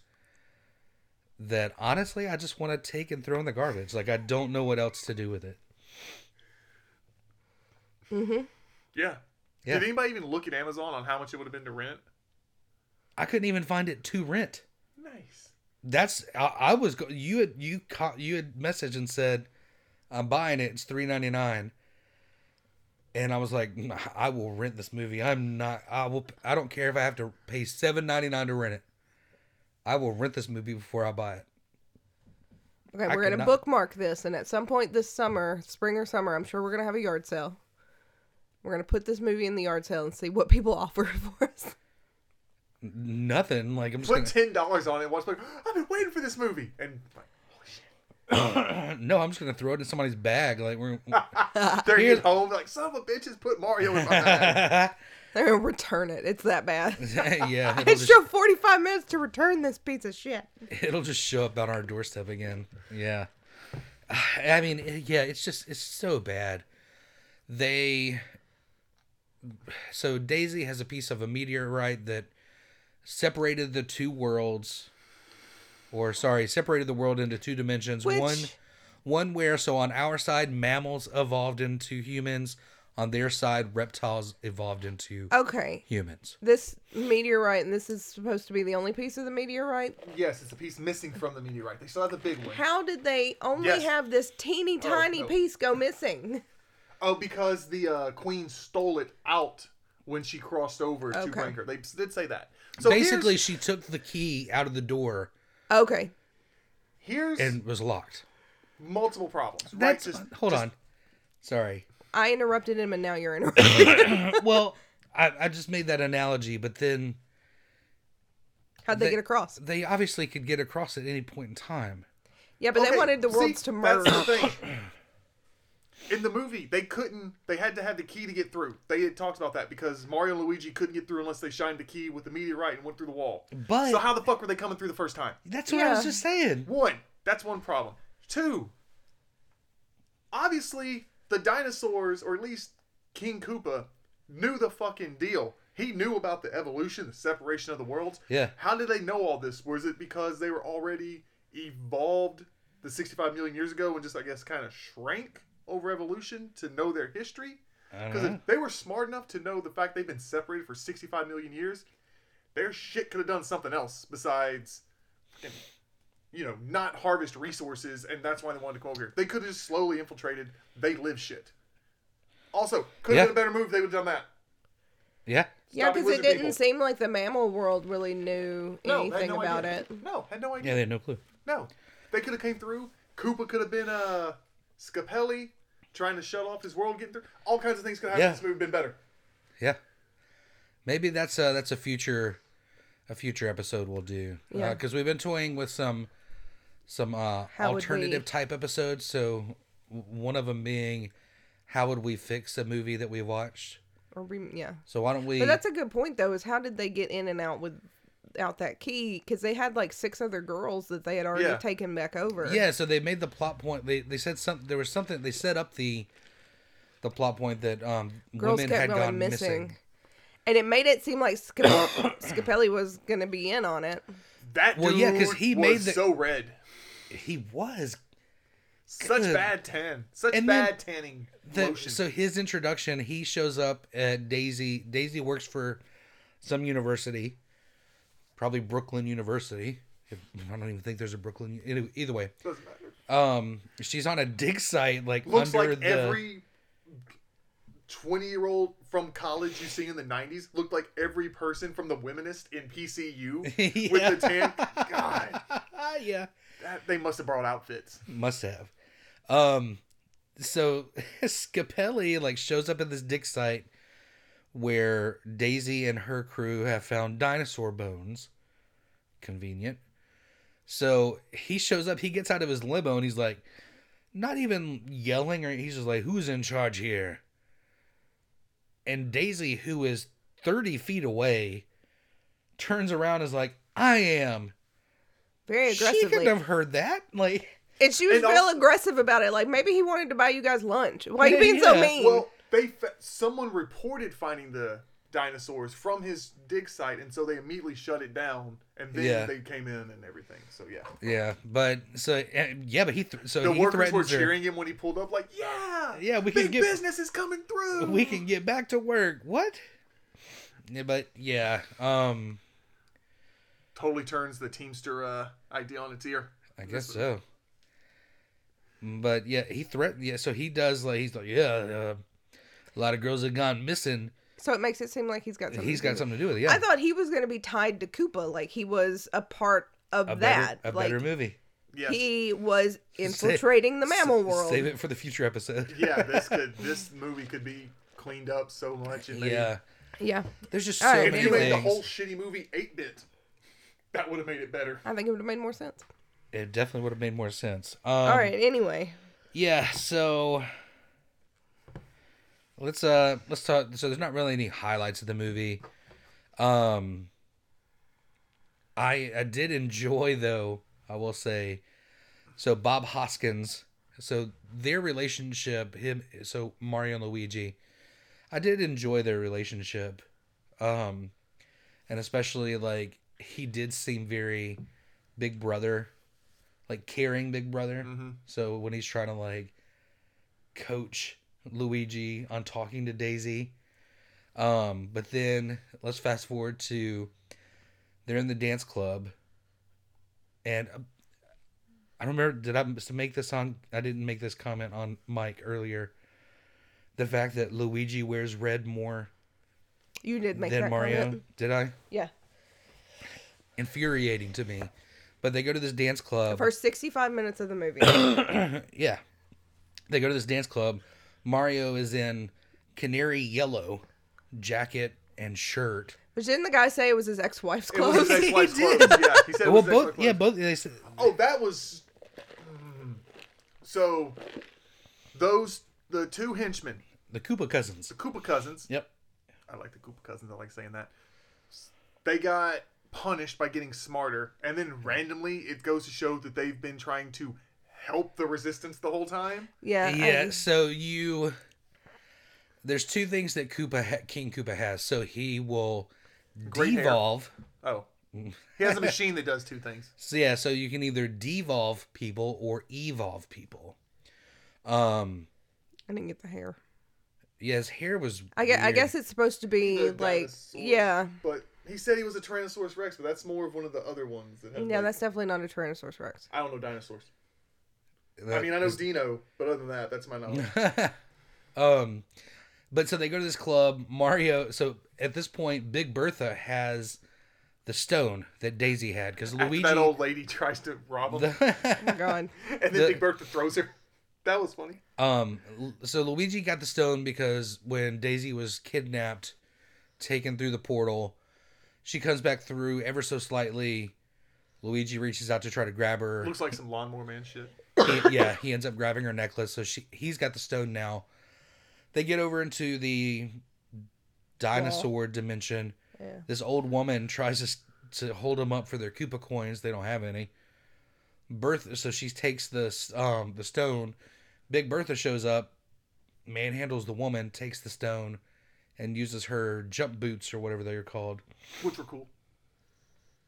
that honestly I just want to take and throw in the garbage. Like I don't know what else to do with it. Yeah. Yeah. Did anybody even look at Amazon on how much it would have been to rent? I couldn't even find it to rent. Nice. That's I, I was go- you had you caught you had messaged and said I'm buying it. It's three ninety nine, and I was like, "Mm, I will rent this movie. I'm not. I will. I don't care if I have to pay seven ninety nine to rent it. I will rent this movie before I buy it. Okay, I we're could gonna not- bookmark this, and at some point this summer, spring or summer, I'm sure we're gonna have a yard sale. We're gonna put this movie in the yard sale and see what people offer for us. Nothing. Like I'm just Put gonna, ten dollars on it. Watch. Like, I've been waiting for this movie. And like, holy shit. no. I'm just gonna throw it in somebody's bag. Like we're Uh, They're getting home. They're like son of a bitches put Mario in my bag. They're gonna return it. It's that bad. yeah. It'll It just, took 45 minutes to return this piece of shit. it'll just show up on our doorstep again. Yeah. I mean, it- yeah, it's just it's so bad. They so Daisy has a piece of a meteorite that separated the two worlds or sorry, separated the world into two dimensions. Which- One one where so on our side mammals evolved into humans, on their side, reptiles evolved into Oh. Okay. humans. This meteorite, and this is supposed to be the only piece of the meteorite. Yes, it's a piece missing from the meteorite. They still have the big one. How did they only Yes. Oh, have this teeny tiny no. piece go missing? Oh, because the uh, queen stole it out when she crossed over to Okay. bring her. They s- did say that. So Basically, she took the key out of the door Okay. here's, here's and was locked. multiple problems. right? That's Just, hold on. Sorry. I interrupted him, and now you're interrupting. well, I, I just made that analogy, but then How'd they They- get across? they obviously could get across at any point in time. Yeah, but they Okay, wanted the see, worlds to merge. That's the thing. In the movie, they couldn't. They had to have the key to get through. They had talked about that because Mario and Luigi couldn't get through unless they shined the key with the meteorite and went through the wall. But- so how the fuck were they coming through the first time? That's what I was Yeah. just saying. One, that's one problem. Two, obviously the dinosaurs, or at least King Koopa, knew the fucking deal. He knew about the evolution, the separation of the worlds. Yeah. How did they know all this? Was it because they were already evolved the 65 million years ago and just, I guess, kind of shrank over evolution to know their history? I Because don't know. if they were smart enough to know the fact they've been separated for 65 million years, their shit could have done something else besides, fucking, you know, not harvest resources, and that's why they wanted to come over here. They could have just slowly infiltrated. They live shit. Also, could Yeah. have been a better move. if They would have done that. Yeah. Yeah, Stop it, because it lizard didn't people. seem like the mammal world really knew No, had anything no about idea. it. No, had no idea. Yeah, they had no clue. No, they could have came through. Koopa could have been uh, Scapelli trying to shut off his world, getting through. All kinds of things could have happened. Yeah. This movie been better. Yeah. Maybe that's a that's a future a future episode we'll do. Yeah. Because we've been toying with some some uh, How would alternative we- type episodes. So w- one of them being how would we fix a movie that we watched? Or re- yeah, So why don't we? but that's a good point though. Is how did they get in and out without that key? Because they had like six other girls that they had already Yeah. taken back over. yeah. So they made the plot point. They they said something. There was something they set up the the plot point that um girls women kept had going gone missing. missing. And it made it seem like Sca- Scapelli was gonna be in on it. That Well, dude yeah, 'cause he was made the- so red. He was Such Good. bad tan. Such And then bad tanning the- lotion. so his introduction he shows up at daisy daisy works for some university probably brooklyn university if, i don't even think there's a brooklyn either- either way Doesn't matter. um she's on a dig site like Looks under like the every twenty-year-old from college you see in the '90s looked like every person from the womenist in PCU Yeah. with the tan. God, yeah that, they must have brought outfits. must have um so scapelli like shows up at this dig site where daisy and her crew have found dinosaur bones convenient so he shows up he gets out of his limo and he's like not even yelling or he's just like who's in charge here and daisy who is 30 feet away turns around and is like i am Very she aggressively, couldn't have heard that like and she was And real also- aggressive about it. Like maybe he wanted to buy you guys lunch. Why are you being so Yeah. mean? Well, they fa- someone reported finding the dinosaurs from his dig site, and so they immediately shut it down. And then Yeah. they came in and everything. So yeah, Yeah, but so uh, yeah, but he th- so the he workers were threatens her, cheering him when he pulled up, like, "Yeah, Yeah, we can big get- business is coming through. We can get back to work. What? Yeah, but yeah, um, totally turns the Teamster uh, idea on its ear. I guess so. But yeah, he threatened. Yeah, so he does like he's like yeah, uh, a lot of girls have gone missing. so it makes it seem like he's got something. He's to do got with it. something to do with it. Yeah, I thought he was going to be tied to Koopa, like he was a part of a better, that. a like better movie. Yes. he was infiltrating the mammal world. Save it for the future episode. yeah, this could this movie could be cleaned up so much. And maybe- yeah, Yeah, there's just so All right, if many you made the things. whole shitty movie eight bit, that would have made it better. I think it would have made more sense. It definitely would have made more sense. Um, All right. Anyway, Yeah, so let's uh let's talk so there's not really any highlights of the movie. Um I I did enjoy though, I will say so Bob Hoskins, so their relationship him so Mario and Luigi. I did enjoy their relationship. Um and especially like he did seem very big brother like caring big brother. So when he's trying to like coach Luigi on talking to Daisy. Um, but then let's fast forward to they're in the dance club, and uh, I don't remember did I s- make this on? I didn't make this comment on Mike earlier. The fact that Luigi wears red more You did make than that Mario, comment. did I? Yeah. Infuriating to me. But they go to this dance club. For 65 minutes of the movie. Yeah. They go to this dance club. Mario is in canary yellow jacket and shirt. Which didn't the guy say it was his ex-wife's It was clothes? his ex-wife's He did. clothes. Yeah, he said it well, was his both ex-wife's yeah, clothes. both they said Oh, that was. Mm. So, those the two henchmen, the Koopa cousins. the Koopa cousins. Yep. I like the Koopa cousins. I like saying that. They got punished by getting smarter, and then randomly it goes to show that they've been trying to help the resistance the whole time. yeah. I- yeah. So you, there's two things that Koopa ha- King Koopa has. So he will Great hair. devolve. Oh, he has a machine that does two things. So yeah, so you can either devolve people or evolve people. Um. I didn't get the hair. Yeah, his hair was. I guess, I weird. guess it's supposed to be The like, dinosaur. yeah. But he said he was a Tyrannosaurus Rex, but that's more of one of the other ones. That have, Yeah, like- that's definitely not a Tyrannosaurus Rex. I don't know dinosaurs. That I mean, I know is- Dino, but other than that, that's my knowledge. um, but so they go to this club. Mario. So at this point, Big Bertha has the stone that Daisy had because After Luigi. that old lady tries to rob him, the- Oh my god. and then the- Big Bertha throws her. That was funny. um, so Luigi got the stone because when Daisy was kidnapped, taken through the portal, she comes back through ever so slightly. Luigi reaches out to try to grab her. Looks like some lawnmower man shit. he, yeah, he ends up grabbing her necklace. So she he's got the stone now. They get over into the dinosaur dimension. Yeah. This old woman tries to s- to hold them up for their Koopa coins. They don't have any. Bertha, so she takes the s- um the stone. Big Bertha shows up, manhandles the woman, takes the stone, and uses her jump boots or whatever they are called. which were cool.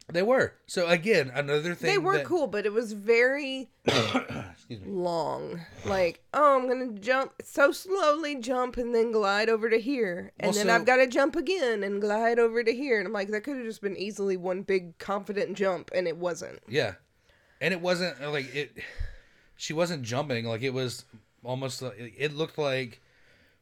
They were so again another thing. They were that- cool, but it was very Excuse me. long. Like, oh, I'm going to jump so slowly, jump and then glide over to here. And Well, then so- I've got to jump again and glide over to here. And I'm like, that could have just been easily one big confident jump, and it wasn't. Yeah, and it wasn't uh, like it. She wasn't jumping like it was almost. Like, it looked like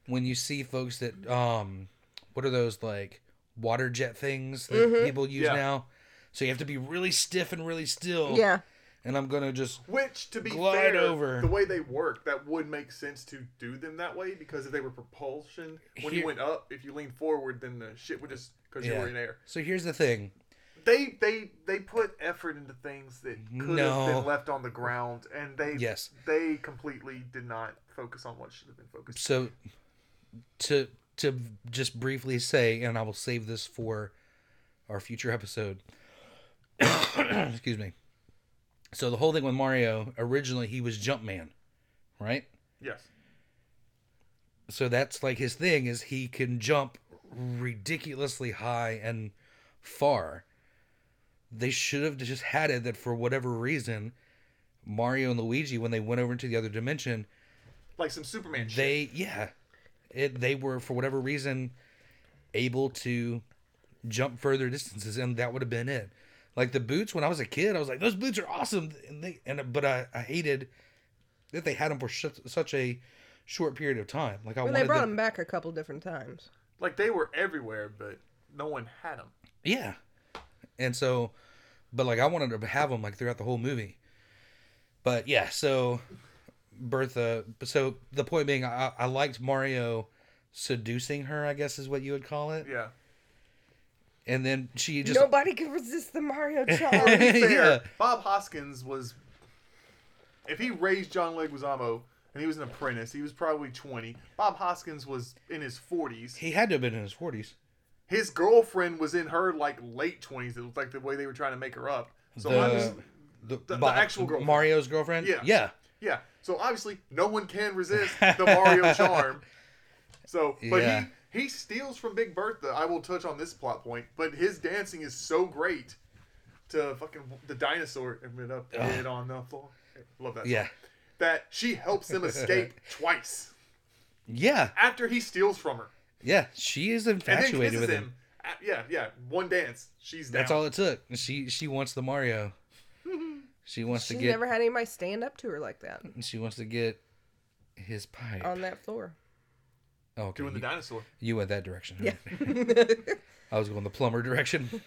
when you see folks that um, what are those like water jet things that people use Mm-hmm. Yeah. now? So you have to be really stiff and really still. Yeah. And I'm gonna just Which, to be Glide fair, over. the way they work, that would make sense to do them that way because if they were propulsion, when you Here- went up, if you leaned forward, then the shit would just because you yeah. were in air. So here's the thing. They they they put effort into things that could No. have been left on the ground, and they Yes. they completely did not focus on what should have been focused. So to to just briefly say, and I will save this for our future episode. Excuse me. So the whole thing with Mario originally he was Jumpman, right? Yes, So that's like his thing is he can jump ridiculously high and far. They should have just had it that for whatever reason, Mario and Luigi when they went over into the other dimension, like some Superman shit. they yeah it, they were for whatever reason able to jump further distances and that would have been it like the boots when i was a kid i was like those boots are awesome and they and but i, I hated that they had them for such, such a short period of time like i Well, wanted they brought them, him back a couple different times. Like they were everywhere, but no one had them. yeah and so but like i wanted to have them like throughout the whole movie but yeah so bertha so the point being i, I liked mario seducing her i guess is what you would call it Yeah, and then she just Nobody could resist the Mario charm. fair, yeah, Bob Hoskins was. If he raised John Leguizamo and he was an apprentice, he was probably 20. Bob Hoskins was in his 40s. he had to have been in his forties. His girlfriend was in her like late 20s. It was like the way they were trying to make her up. So The- obviously, The, the Bob- actual girlfriend. Mario's girlfriend. Yeah. yeah, yeah. So obviously, no one can resist the Mario charm. So, but Yeah. he he steals from Big Bertha. I will touch on this plot point, but his dancing is so great to fucking the dinosaur and it up head on the floor. Love that. song. yeah. that she helps him escape twice. Yeah, after he steals from her yeah. She is and then infatuated kisses with him. him. A- yeah, yeah. One dance, she's down. That's all it took. She she wants the Mario. She wants She's to get never had anybody stand up to her like that she wants to get his pipe. on that floor. oh, okay. Doing the you, dinosaur. you went that direction. Yeah. I was going the plumber direction.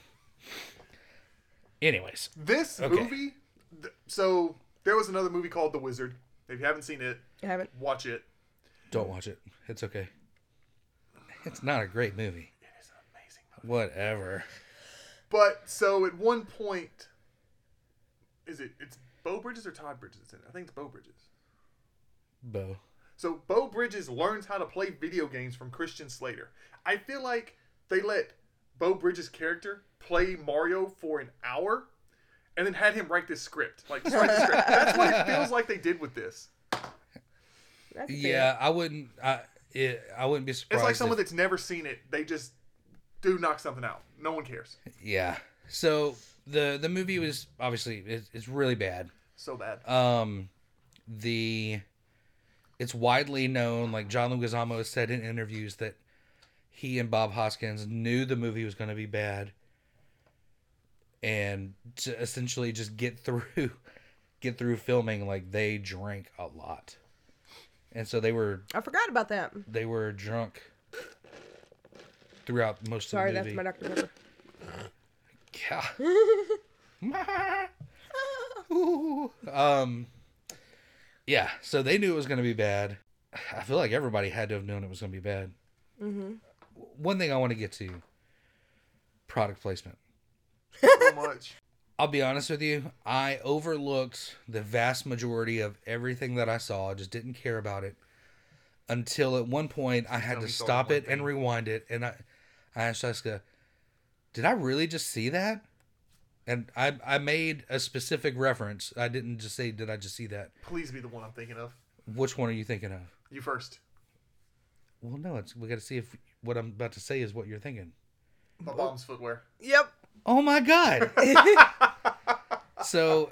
Anyways, This Okay. movie. Th- so there was another movie called The Wizard. If you haven't seen it, I haven't. watch it. don't watch it. It's okay. It's not a great movie. It's an amazing movie. Whatever. But so at one point, is it it's Bo Bridges or Todd Bridges? that's in it? I think it's Bo Bridges. Bo. So Bo Bridges learns how to play video games from Christian Slater. I feel like they let Bo Bridges' character play Mario for an hour, and then had him write this script. Like just write the script. That's what it feels like they did with this. That's Yeah, I wouldn't. I it, I wouldn't be surprised. It's like someone if- that's never seen it. They just do knock something out. No one cares. yeah. So the the movie was obviously it's, it's really bad. So bad. um the it's widely known like john leguizamo has said in interviews that he and bob hoskins knew the movie was going to be bad and to essentially just get through get through filming like they drank a lot and so they were I forgot about that. they were drunk throughout most Sorry, of the that's movie my Dr. Pepper. yeah Ooh. um yeah so they knew it was going to be bad i feel like everybody had to have known it was going to be bad mm-hmm. one thing i want to get to product placement so much. i'll be honest with you i overlooked the vast majority of everything that i saw I just didn't care about it until at one point i had Tell to me you saw stop one it and thing. rewind it and i i asked jessica did i really just see that and I, I made a specific reference. I didn't just say, did I just see that? Please be the one I'm thinking of. Which one are you thinking of? You first. Well, no, it's we got to see if what I'm about to say is what you're thinking. My mom's footwear. Yep. Oh my god! so,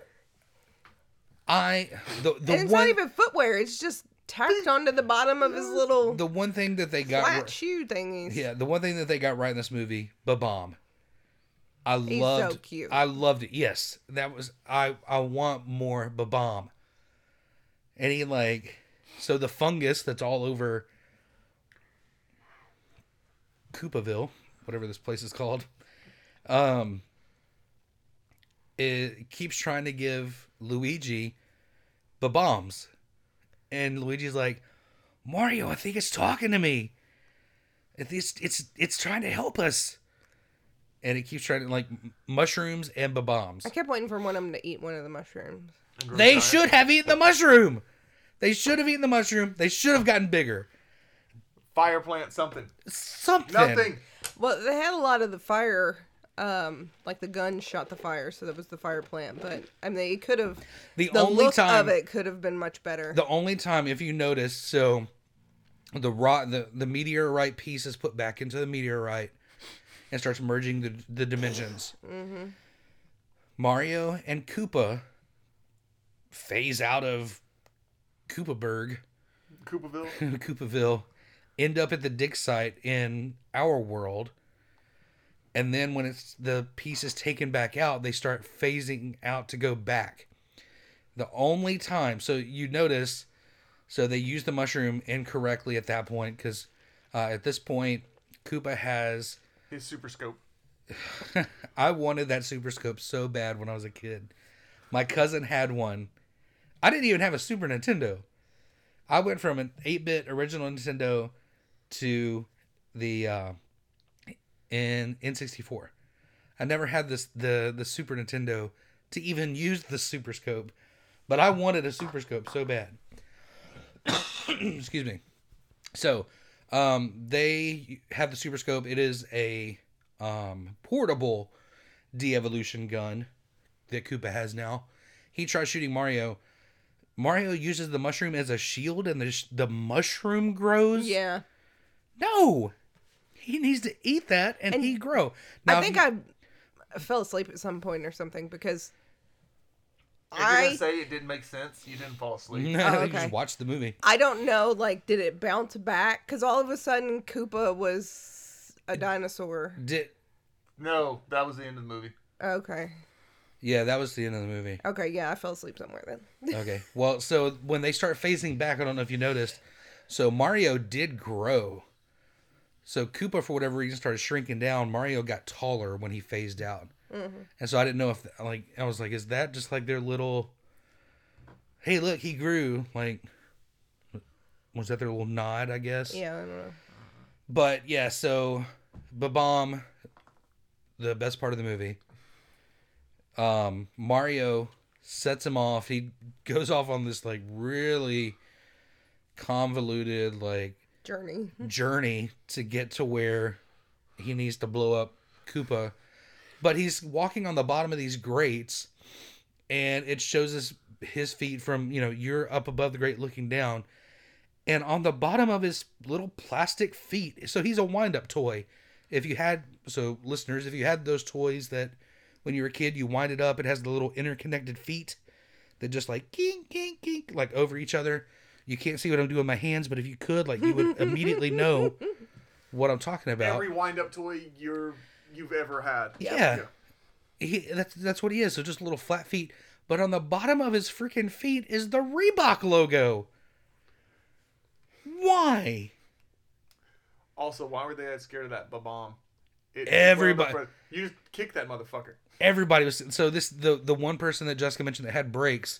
I the the and it's one not even footwear. It's just tacked onto the bottom of his little the one thing that they got flat ri- shoe thingies. yeah the one thing that they got right in this movie, ba bomb. I so loved cute. I loved it. Yes, that was I. I want more ba bomb. And he like so the fungus that's all over Coopaville, whatever this place is called, um, it keeps trying to give Luigi the bombs, and Luigi's like, Mario, I think it's talking to me. It- It's it's it's trying to help us, and it keeps trying to like m- mushrooms and the bombs. I kept waiting for one of them to eat one of the mushrooms. And grow They giant. should have eaten the mushroom. They should have eaten the mushroom. They should have gotten bigger. fire plant something. Something. Nothing. Well, they had a lot of the fire, um, like the gun shot the fire, so that was the fire plant. But I mean, it could have The, the only look time of it could have been much better. the only time if you notice so the rock the, the meteorite piece is put back into the meteorite and starts merging the, the dimensions mario and koopa phase out of koopaberg Coopaville. koopaville end up at the dig site in our world and then when it's the piece is taken back out they start phasing out to go back the only time so you notice so they use the mushroom incorrectly at that point because uh, at this point koopa has His super scope. i wanted that super scope so bad when i was a kid my cousin had one i didn't even have a super nintendo i went from an 8-bit original nintendo to the uh, in n64 i never had this the the super nintendo to even use the super scope but i wanted a super scope so bad excuse me so um they have the super scope it is a um portable de-evolution gun that koopa has now he tries shooting mario mario uses the mushroom as a shield and the, sh- the mushroom grows yeah, no, he needs to eat that and, he grow. Now, I if think you- I fell asleep at some point or something because If you're gonna I- say it didn't make sense, you didn't fall asleep. No, you Oh, okay. just watch the movie. I don't know. Like, did it bounce back? Because all of a sudden, Koopa was a dinosaur. Did No, that was the end of the movie. Okay. yeah, that was the end of the movie. Okay. Yeah, I fell asleep somewhere then. Okay. Well, so when they start phasing back, I don't know if you noticed. So Mario did grow. So Koopa, for whatever reason, started shrinking down. Mario got taller when he phased out, Mm-hmm. and so I didn't know if like I was like, is that just like their little? Hey, look, he grew. Like, was that their little nod? I guess. Yeah. I don't know. But yeah, so Babam, the best part of the movie. Um, Mario sets him off. He goes off on this like really convoluted like Journey. journey to get to where he needs to blow up Koopa. But he's walking on the bottom of these grates and it shows us his feet from, you know, you're up above the grate looking down. And on the bottom of his little plastic feet, so he's a wind up toy. If you had, so listeners, if you had those toys that when you were a kid, you wind it up, it has the little interconnected feet that just like kink, kink, kink, like over each other. You can't see what I'm doing with my hands, but if you could, like, you would immediately know what I'm talking about. Every wind up toy you're you've ever had. Yeah. he that's that's what he is. So just little flat feet, but on the bottom of his freaking feet is the Reebok logo. Why? Also, why were they that scared of that bomb? Everybody- you just kick that motherfucker. Everybody was so this the the one person that Jessica mentioned that had brakes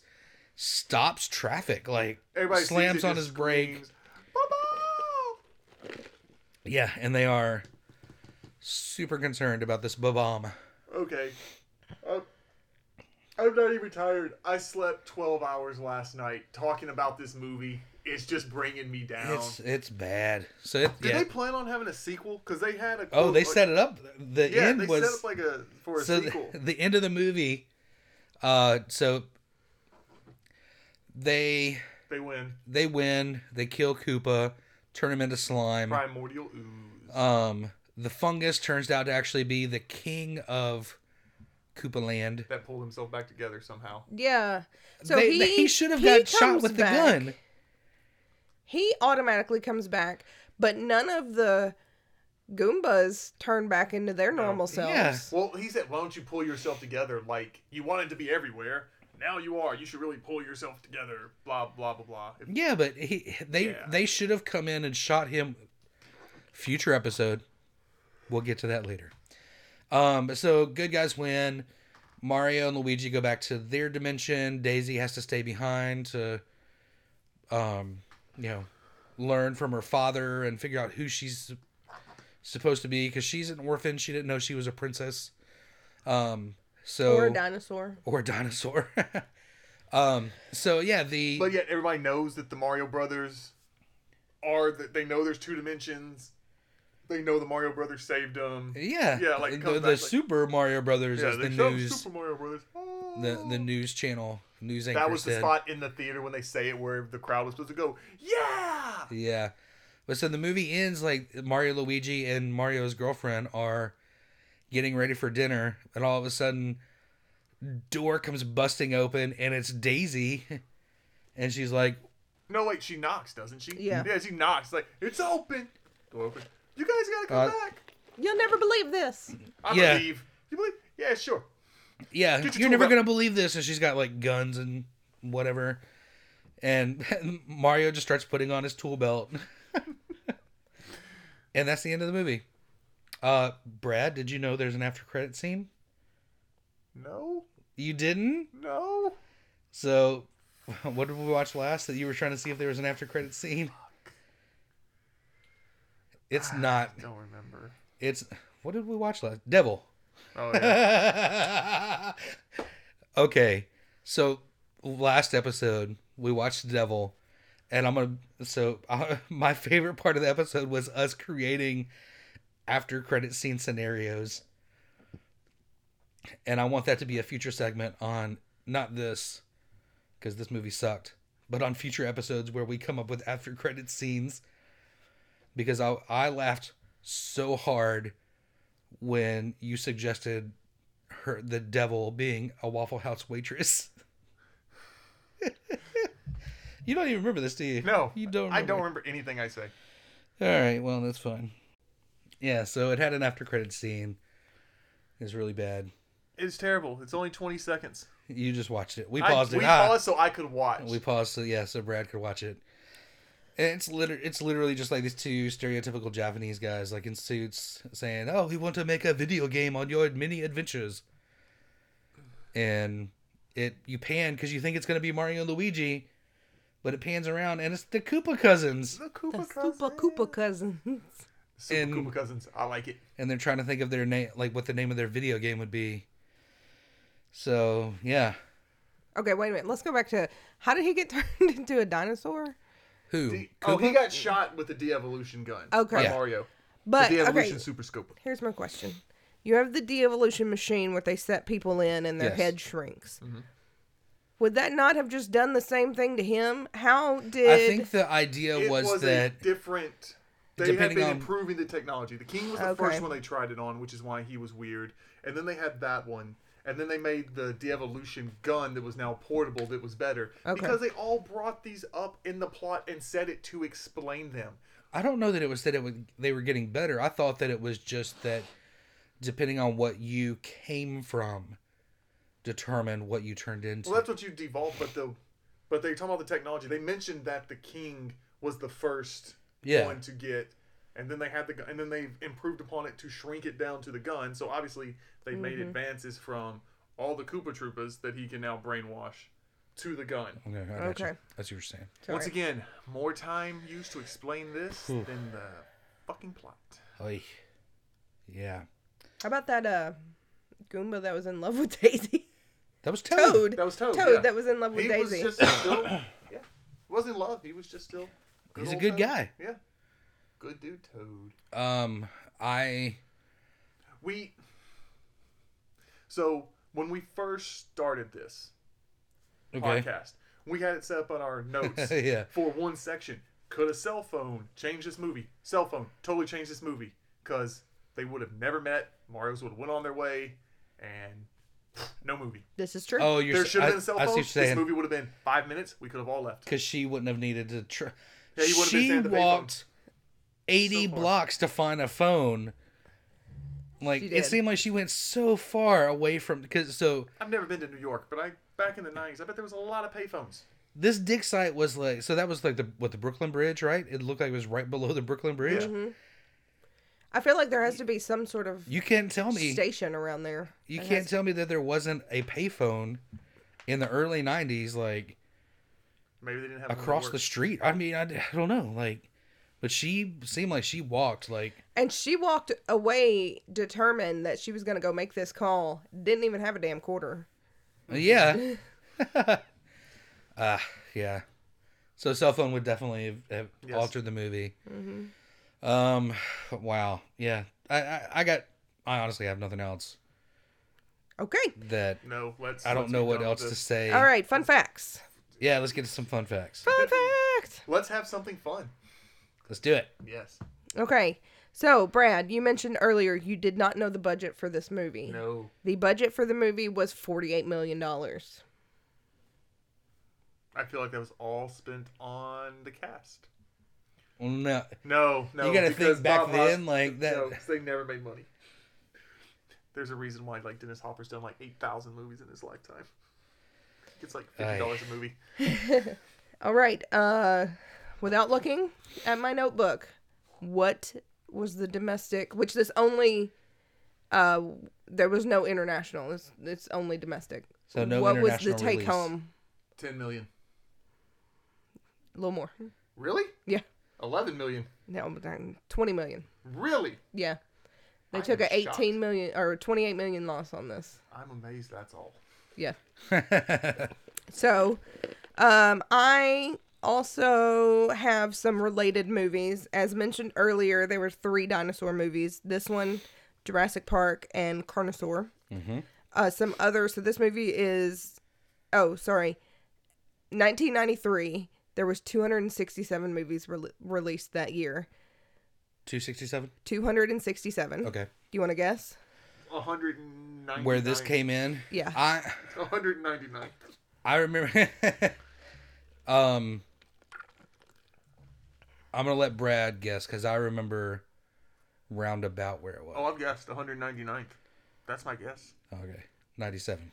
stops traffic like Everybody sees slams it, on just his brake. screams, "Ba-bomb!" Yeah, and they are super concerned about this babam. Okay. Oh. I'm, I'm not even tired. I slept 12 hours last night talking about this movie. It's just bringing me down. It's it's bad. So it, Did yeah. they plan on having a sequel? Because they had a. Oh, they like- set it up. The Yeah, end they was set up like a for a so th- sequel. The, end of the movie uh so they they win they win they kill koopa turn him into slime primordial ooze. um the fungus turns out to actually be the king of koopa land that pulled himself back together somehow. Yeah. So they, he they- should have he got shot comes with back. the gun He automatically comes back, but none of the Goombas turn back into their normal selves. yeah Well, he said, "Why don't you pull yourself together? Like you wanted to be everywhere. Now you are. You should really pull yourself together." Blah blah blah blah. If- yeah but he they Yeah. they should have come in and shot him future episode we'll get to that later um so good guys win mario and luigi go back to their dimension daisy has to stay behind to um you know learn from her father and figure out who she's supposed to be because she's an orphan she didn't know she was a princess um so Or a dinosaur. or a dinosaur um so yeah the But yet everybody knows that the Mario Brothers are that they know there's two dimensions. They know the Mario Brothers saved them. Yeah, Yeah, like, the, comes the back, like- Super Mario Brothers Yeah, is the they showed news, Super Mario Brothers. the the news channel news anchor that was the said. spot in the theater when they say it where the crowd was supposed to go, yeah. Yeah, but so the movie ends like Mario, Luigi, and Mario's girlfriend are getting ready for dinner, and all of a sudden, door comes busting open, and it's Daisy, and she's like, No, wait, she knocks, doesn't she? Yeah. Yeah, she knocks. Like it's open. Door open. You guys gotta come Uh, back. You'll never believe this. I yeah. believe. You believe? Yeah, sure. "Yeah, Get you're your tool never belt. gonna believe this," and she's got like guns and whatever, and Mario just starts putting on his tool belt, and that's the end of the movie. Uh, Brad, did you know there's an after credit scene? No, You didn't. no. So, what did we watch last that you were trying to see if there was an after credit scene? It's not. I don't remember. It's what did we watch last? Devil. Oh yeah. okay, so last episode we watched the devil, and I'm gonna. So uh, my favorite part of the episode was us creating after credit scene scenarios, and I want that to be a future segment on not this, because this movie sucked, but on future episodes where we come up with after credit scenes, because I I laughed so hard when you suggested her the devil being a Waffle House waitress. You don't even remember this, do you? No, You don't I don't remember. remember anything I say. All right, well, that's fine. Yeah, so it had an after credit scene. It's really bad. It's terrible. It's only 20 seconds. You just watched it. We I- paused it. We Ah. paused so I could watch. We paused, so yeah, so Brad could watch it. And it's liter- it's literally just like these two stereotypical Japanese guys, like in suits, saying, "Oh, we want to make a video game on your mini adventures." And it you pan because you think it's gonna be Mario and Luigi, but it pans around and it's the Koopa cousins, the The Koopa Cousins. Super Koopa cousins. Super And- Koopa Cousins. I like it. and they're trying to think of their name, like what the name of their video game would be. So yeah, Okay, wait a minute. Let's go back to how did he get turned into a dinosaur? who? The- oh, he Koopa? got shot with the de-evolution gun. Oh, Okay. By Yeah. Mario. But the de-evolution okay, super scope. here's my question. You have the de-evolution machine where they set people in and their Yes. head shrinks. Mm-hmm. Would that not have just done the same thing to him? How did I think the idea It was, was, that a different. They had depending been on- improving the technology. The king was the Okay. first one they tried it on, which is why he was weird. And then they had that one. And then they made the de-evolution gun that was now portable that was better. Okay. Because they all brought these up in the plot and said it to explain them. I don't know that it was that it would they were getting better. I thought that it was just that depending on what you came from determined what you turned into. Well, that's what you devolve, but the but they're talking about the technology. They mentioned that the king was the first Yeah. one to get, and then they had the gun, and then they improved upon it to shrink it down to the gun. So obviously they made Mm-hmm. advances from all the Koopa Troopas that he can now brainwash to the gun. okay, I got you. Okay. That's what you were saying. Sorry. Once again, more time used to explain this Hmm. than the fucking plot. Oy. Yeah. How about that uh Goomba that was in love with Daisy? That was Toad. Toad. That was Toad. Toad yeah. that was in love with he Daisy. was just still. Yeah, he wasn't in love. He was just still. He's a old good Toad. guy. Yeah, good dude, Toad. Um I we so when we first started this okay. podcast we had it set up on our notes Yeah. for one section could a cell phone change this movie cell phone totally changed this movie because they would have never met mario's would have went on their way and no movie this is true. Oh, you're there s- should have I- been a cell I see phone what you're this saying movie would have been five minutes we could have all left cuz she wouldn't have needed to tr- Yeah, you wouldn't have been She saying the payphone. walked 80 So far. blocks to find a phone. Like She it did. seemed like she went so far away from cuz so i've never been to new york but i back in the 90s i bet there was a lot of payphones this dig site was like so that was like the what the Brooklyn Bridge, right? It looked like it was right below the Brooklyn Bridge. I feel like there Oh, has to be some sort of You can't tell me station around there. you can't tell me that there wasn't a payphone in the early '90s, like maybe they didn't have across the street. street. I mean, I, d- I don't know, like, but she seemed like she walked like And she walked away determined that she was going to go make this call. Didn't even have a damn quarter. Oh, yeah, ah yeah. So cell phone would definitely have, have Yes. altered the movie. Um, wow, yeah. I, I I got I honestly have nothing else Okay. that no let's I don't let's know be what done with else to this. say. All right. Fun facts. Yeah, let's get to some fun facts. Fun fact. let's have something fun Let's do it. yes Okay. So, Brad, you mentioned earlier you did not know the budget for this movie. no The budget for the movie was $48 million. I feel like that was all spent on the cast. Well, no. No, no. You gotta think because back Bob then, Hos- like, that- No, 'cause they never made money. There's a reason why, like, Dennis Hopper's done like eight thousand movies in his lifetime. It's like fifty dollars a movie. All right. Uh, without looking at my notebook, what was the domestic? Which this only, uh, there was no international. It's, it's only domestic. So no What was the international take release. home? Ten million. A little more. Really? Yeah. Eleven million. No, but then twenty million. Really? Yeah. They I took am a eighteen million or twenty eight million loss on this. I'm amazed. That's all. Yeah. Mm-hmm. So, um, I also have some related movies. As mentioned earlier, there were three dinosaur movies. This one, Jurassic Park and Carnosaur. Mm-hmm. Uh, some other. So this movie is, oh, sorry, 1993. There was 267 movies rele released that year. 267? 267. Okay. Do you want to guess? One hundred ninety. Where this came in? Yeah. I One hundred ninety nine. I remember Um, I'm gonna let Brad guess because I remember roundabout where it Oh, was. I've guessed 199th. That's my guess. Okay, 97.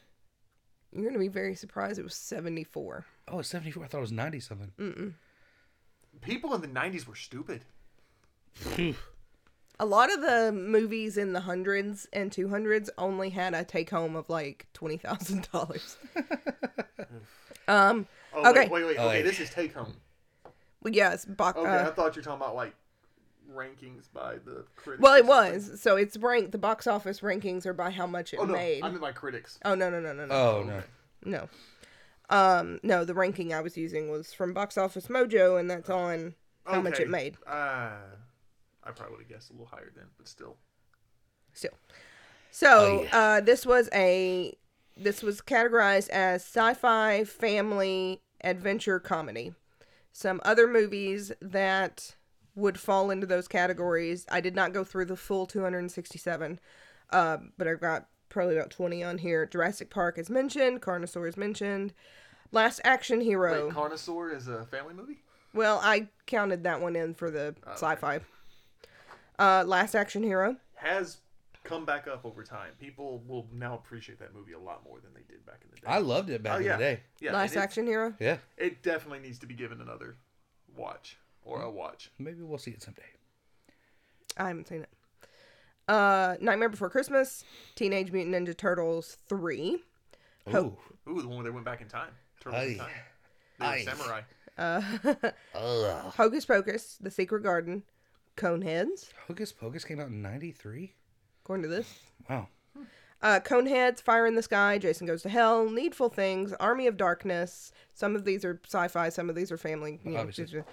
You're gonna be very surprised. It was 74. Oh, it's 74. I thought it was 90 something. Mm. People in the 90s were stupid. A lot of the movies in the hundreds and 200s only had a take home of like twenty thousand dollars. um. Oh, Okay. wait, wait, wait. Oh, Okay, wait. this is take home. Well, yes. Bach, Okay, I uh, thought you were talking about like rankings by the critics. well, or it something. was. So it's ranked. The box office rankings are by how much it Oh no, made. I meant by critics. Oh no no no no no. Oh no. No. Um, no, the ranking I was using was from Box Office Mojo, and that's on how much Okay, it made. Uh, I probably would have guessed a little higher then, but still. Still. So, Oh, yeah. uh, this was a this was categorized as sci-fi, family, adventure, comedy. Some other movies that would fall into those categories. I did not go through the full 267, uh, but I've got probably about 20 on here. Jurassic Park is mentioned. Carnosaur is mentioned. Last Action Hero. Wait, Carnosaur is a family movie? Well, I counted that one in for the sci-fi. Uh, Last Action Hero. Has come back up over time. People will now appreciate that movie a lot more than they did back in the day. I loved it back oh, in yeah. the day. Yeah, and Last it- Action Hero. Yeah, It definitely needs to be given another watch or Mm. a watch. maybe we'll see it someday. I haven't seen it. Uh, Nightmare Before Christmas, Teenage Mutant Ninja Turtles three, Ooh. Ooh, the one where they went back in time. Turtles in Aye. time. They were Aye. samurai. Ugh. Hocus Pocus, The Secret Garden, Coneheads. Hocus Pocus came out in '93. According to this, Wow. uh, Coneheads, Fire in the Sky, Jason Goes to Hell, Needful Things, Army of Darkness. Some of these are sci-fi, some of these are family. You know, Obviously. just-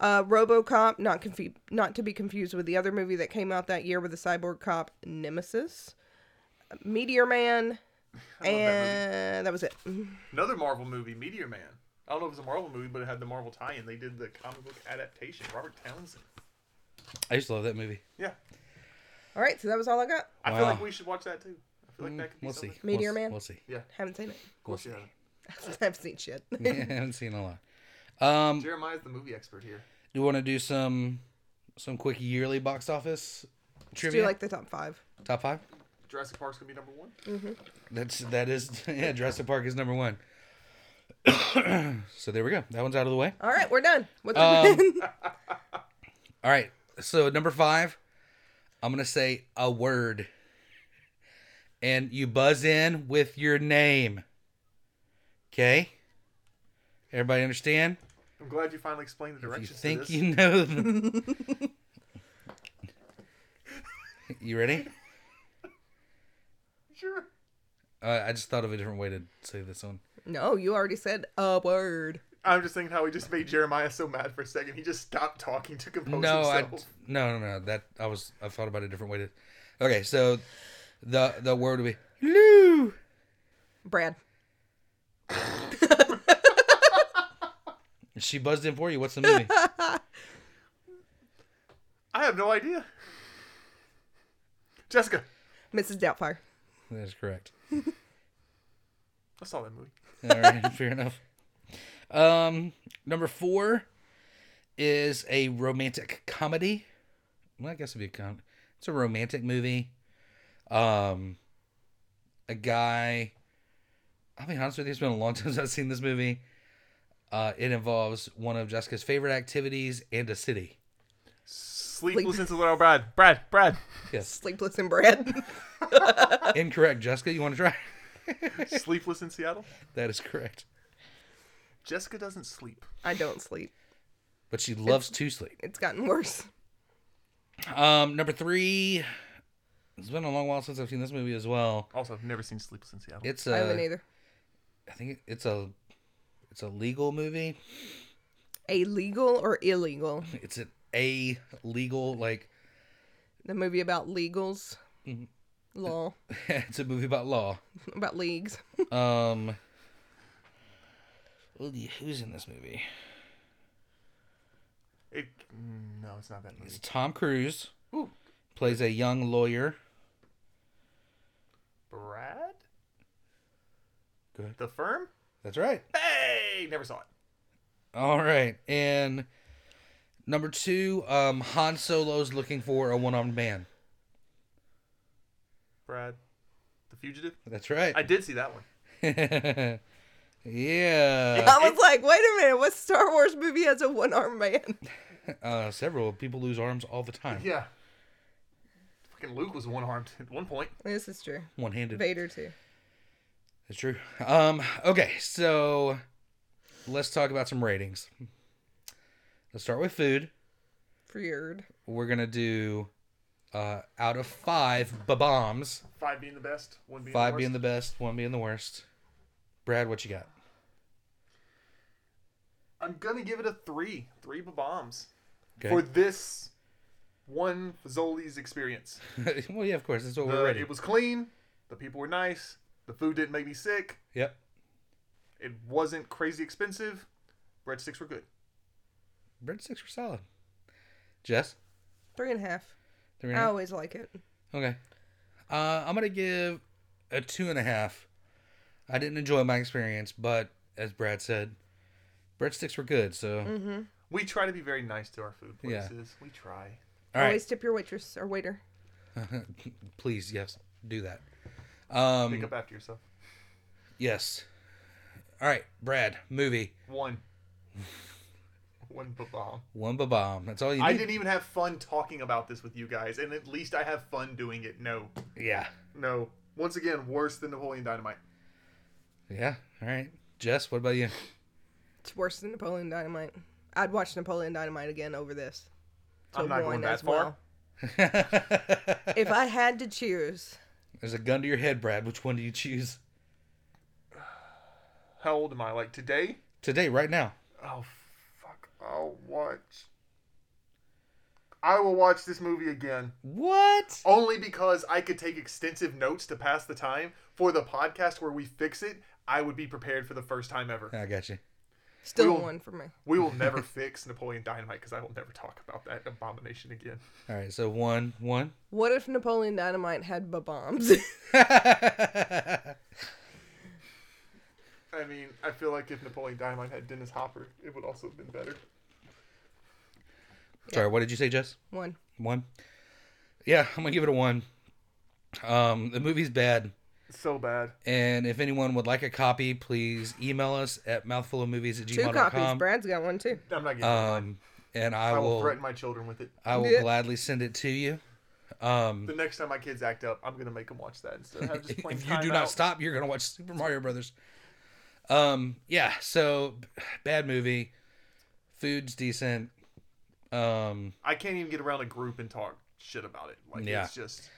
Uh, RoboCop, not confu- not to be confused with the other movie that came out that year with the cyborg cop Nemesis, Meteor Man, and that, was it. Mm-hmm. Another Marvel movie, Meteor Man. I don't know if it was a Marvel movie, but it had the Marvel tie-in. They did the comic book adaptation. Robert Townsend. I used to love that movie. Yeah, All right, so that was all I got. I feel like Wow. Mm, we should watch that too. I feel like that could be We'll see. something. Meteor We'll- Man? We'll see. Yeah, Haven't seen it. of course. Yeah. I've seen shit. I haven't seen a lot. Um, Jeremiah's the movie expert here. do you want to do some some quick yearly box office Do trivia? you like the top five? Top five. Jurassic Park's gonna be number one. That's that is yeah. Jurassic Park is number one. so there we go. That one's out of the way. All right, we're done. What's Um, the All right. So number five, I'm gonna say a word, and you buzz in with your name. Okay. Everybody understand? I'm glad you finally explained the You directions. think to this. you know? The... you ready? Sure. Uh, I just thought of a different way to say this one. No, you already said a word. I'm just thinking how he just made Jeremiah so mad for a second. He just stopped talking to compose no, I, himself. no, no, no. That I was. I thought about a different way to. Okay, so the the word would be Lou. Brad. She buzzed in for you. What's the movie? I have no idea. Jessica, Mrs. Doubtfire. That's correct. I saw that movie. All right, fair enough. Um, number four is a romantic comedy. Well, I guess it'd be a com- It's a romantic movie. Um, a guy. I'll be honest with you. It's been a long time since I've seen this movie. Uh, it involves one of Jessica's favorite activities and a city. Sleepless in Little Brad. Brad. Brad. Yes, Sleepless in Brad. incorrect, Jessica. You want to try? Sleepless in Seattle. That is correct. Jessica doesn't sleep. I don't sleep. But she loves to sleep. It's gotten worse. Um, number three. It's been a long while since I've seen this movie as well. Also, I've never seen Sleepless in Seattle. It's uh, I haven't a, either. I think it's a, it's a legal movie. A legal or illegal? It's an a legal like The movie about legals. Mm-hmm. Law. it's a movie about law. About leagues. Um, well, the- who's in this movie? It, mm, no, it's not that movie. It's Tom Cruise Ooh, plays a young lawyer. Brad? Go ahead. The Firm? That's right. Hey! Never saw it. All right. And number two, um, Han Solo's looking for a one armed man. Brad, the fugitive. That's right. I did see that one. yeah. I was like, wait a minute, what Star Wars movie has a one armed man? Uh, several people lose arms all the time. Yeah. Fucking Luke was one armed at one point. This is true. One handed. Vader too. That's true. Um, okay, so let's talk about some ratings. Let's start with food. Feared. We're gonna do uh, out of five bombs, Five being the best, one being five the worst. being the best, one being the worst. Brad, what you got? I'm gonna give it a three. Three bombs Okay. for this one Zoli's experience. well, yeah, of course. That's what The- we're ready. Uh, it was clean. The people were nice. The food didn't make me sick. Yep. It wasn't crazy expensive. Breadsticks were good. Breadsticks were solid. Jess? Three and a half. Three and a I half? always like it. Okay. Uh, I'm going to give a two and a half. I didn't enjoy my experience, but as Brad said, breadsticks were good. So, We try to be very nice to our food Yeah. places. We try. all right. Always tip your waitress or waiter. Please, yes, do that. Pick Um, up after yourself. yes. All right, Brad, movie. One. one bomb. One bomb. That's all you need. I didn't even have fun talking about this with you guys, and at least I have fun doing it. No. Yeah. No. Once again, worse than Napoleon Dynamite. Yeah. All right. Jess, what about you? It's worse than Napoleon Dynamite. I'd watch Napoleon Dynamite again over this. So I'm not one going that as far. well. There's If I had to choose, a gun to your head, Brad. Which one do you choose? How old am I? Like today? Today, right now. Oh fuck! I'll watch. I will watch this movie again What? only because I could take extensive notes to pass the time for the podcast where we fix it. I would be prepared for the first time ever. I got you. still We'll- one for me. We will never fix Napoleon Dynamite because I will never talk about that abomination again. All right, so one, one. What if Napoleon Dynamite had bombs? I mean, I feel like if Napoleon Dynamite had Dennis Hopper, it would also have been better. Sorry, what did you say, Jess? one. One. Yeah, I'm gonna give it a one. Um, the movie's bad, So bad. and if anyone would like a copy, please email us at mouthfulofmovies at Two copies. gmail.com. Brad's got one too. I'm not getting. it. Um, and I I will will, threaten my children with it. I will Yeah. gladly send it to you. Um, The next time my kids act up, I'm gonna make them watch that instead of have just playing if you do not timeout. stop, you're gonna watch Super Mario Brothers. Um, yeah, so bad movie. Food's decent. Um, I can't even get around a group and talk shit about it. Like Yeah. it's just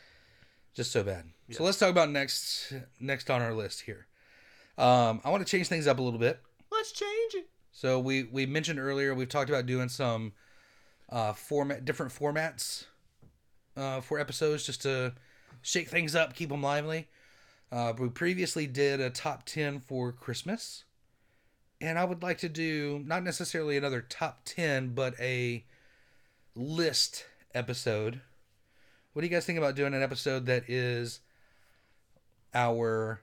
just so bad. Yeah. So let's talk about next next on our list here. Um, I want to change things up a little bit. let's change it. So we we mentioned earlier we've talked about doing some uh, format different formats uh, for episodes just to shake things up, keep them lively. Uh, we previously did a top ten for Christmas, and I would like to do not necessarily another top ten, but a list episode. What do you guys think about doing an episode that is our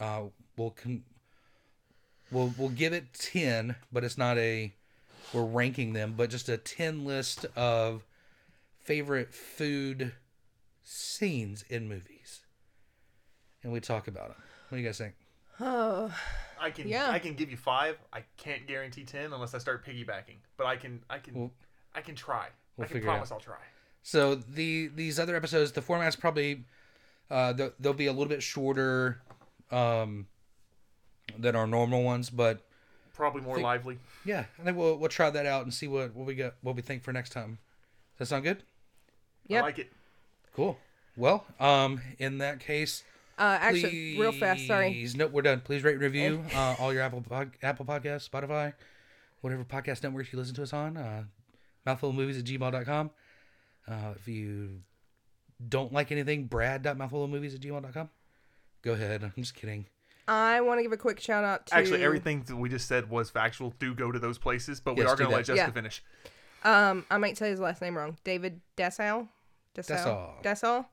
uh, we'll con- we'll we'll give it 10 but it's not a we're ranking them but just a 10 list of favorite food scenes in movies and we talk about them what do you guys think Oh, I can Yeah. I can give you five. I can't guarantee ten unless I start piggybacking. But I can I can We'll- I can try. we'll I can figure it promise I'll try. so the these other episodes the format's probably uh they'll, they'll be a little bit shorter um than our normal ones but Probably more Think- lively. yeah i think we'll we'll try that out and see what what we got what we think for next time does that sound good Yep. I like it. cool well um in that case uh, actually, real fast. Sorry. Please, no, we're done. Please rate and review uh, all your Apple pod- Apple Podcasts, Spotify, whatever podcast networks you listen to us on. Uh, mouthfulmovies at gmail.com. Uh, if you don't like anything, brad.mouthfulmovies at gmail.com. Go ahead. I'm just kidding. I want to give a quick shout out to Actually, everything that we just said was factual. Do go to those places, but we Yes, are do going to let that. Jessica Yeah. finish. Um, I might say his last name wrong. David Dessau. Dessau. Dessau. Dessau.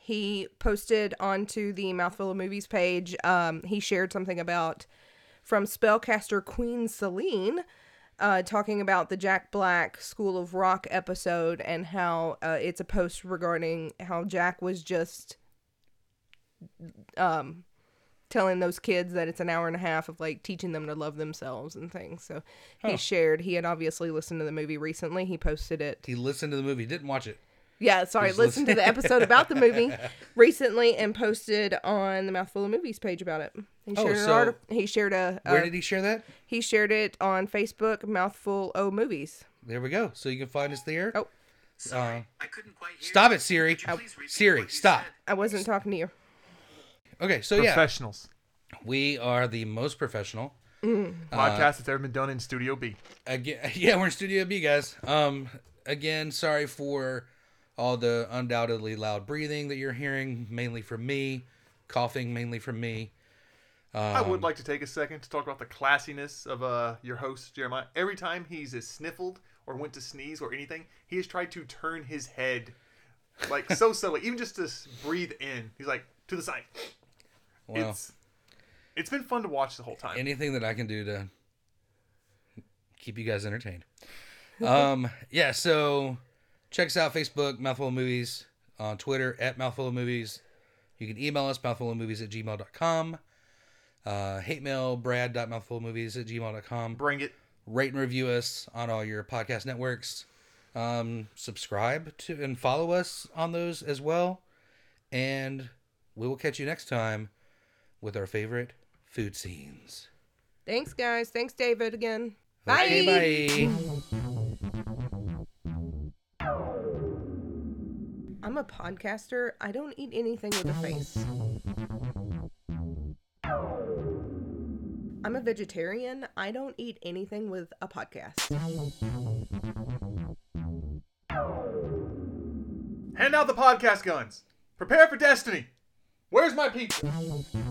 He posted onto the Mouthful of Movies page. Um, he shared something about from spellcaster Queen Celine, uh, talking about the Jack Black School of Rock episode and how uh, it's a post regarding how Jack was just um, telling those kids that it's an hour and a half of like teaching them to love themselves and things. So he Huh. shared, he had obviously listened to the movie recently. He posted it He listened to the movie, didn't watch it. yeah, sorry. Just Listened to the episode about the movie recently and posted on the Mouthful of Movies page about it. He Oh, shared an so- article. He shared a. Where uh, did he share that? he shared it on Facebook. Mouthful O Movies. There we go. So you can find us there. Oh. Sorry, I couldn't quite hear. Stop it, Siri. Siri, stop. I wasn't talking to you. Okay, so Oh, yeah, Professionals. we are the most professional. Uh, Podcast that's ever been done in Studio B. Again, yeah, we're in Studio B, guys. Um, again, sorry for all the undoubtedly loud breathing that you're hearing, mainly from me, coughing mainly from me. um, I would like to take a second to talk about the classiness of uh, your host, Jeremiah. Every time he's uh, sniffled or went to sneeze or anything, he has tried to turn his head like so subtly, even just to s- breathe in. He's like, to the side. Well, It's, it's been fun to watch the whole time. anything that I can do to keep you guys entertained. Um, yeah, so check us out Facebook, Mouthful of Movies, on Twitter at Mouthful of Movies. You can email us, mouthful of movies at gmail.com. Uh, hate mail, brad.mouthfulmovies at gmail.com. Bring it. rate and review us on all your podcast networks. Um, subscribe to and follow us on those as well. And we will catch you next time with our favorite food scenes. Thanks, guys. Thanks, David, again. Okay, bye. I'm a podcaster. I don't eat anything with a face. I'm a vegetarian. I don't eat anything with a podcast. Hand out the podcast guns. Prepare for destiny. Where's my pizza?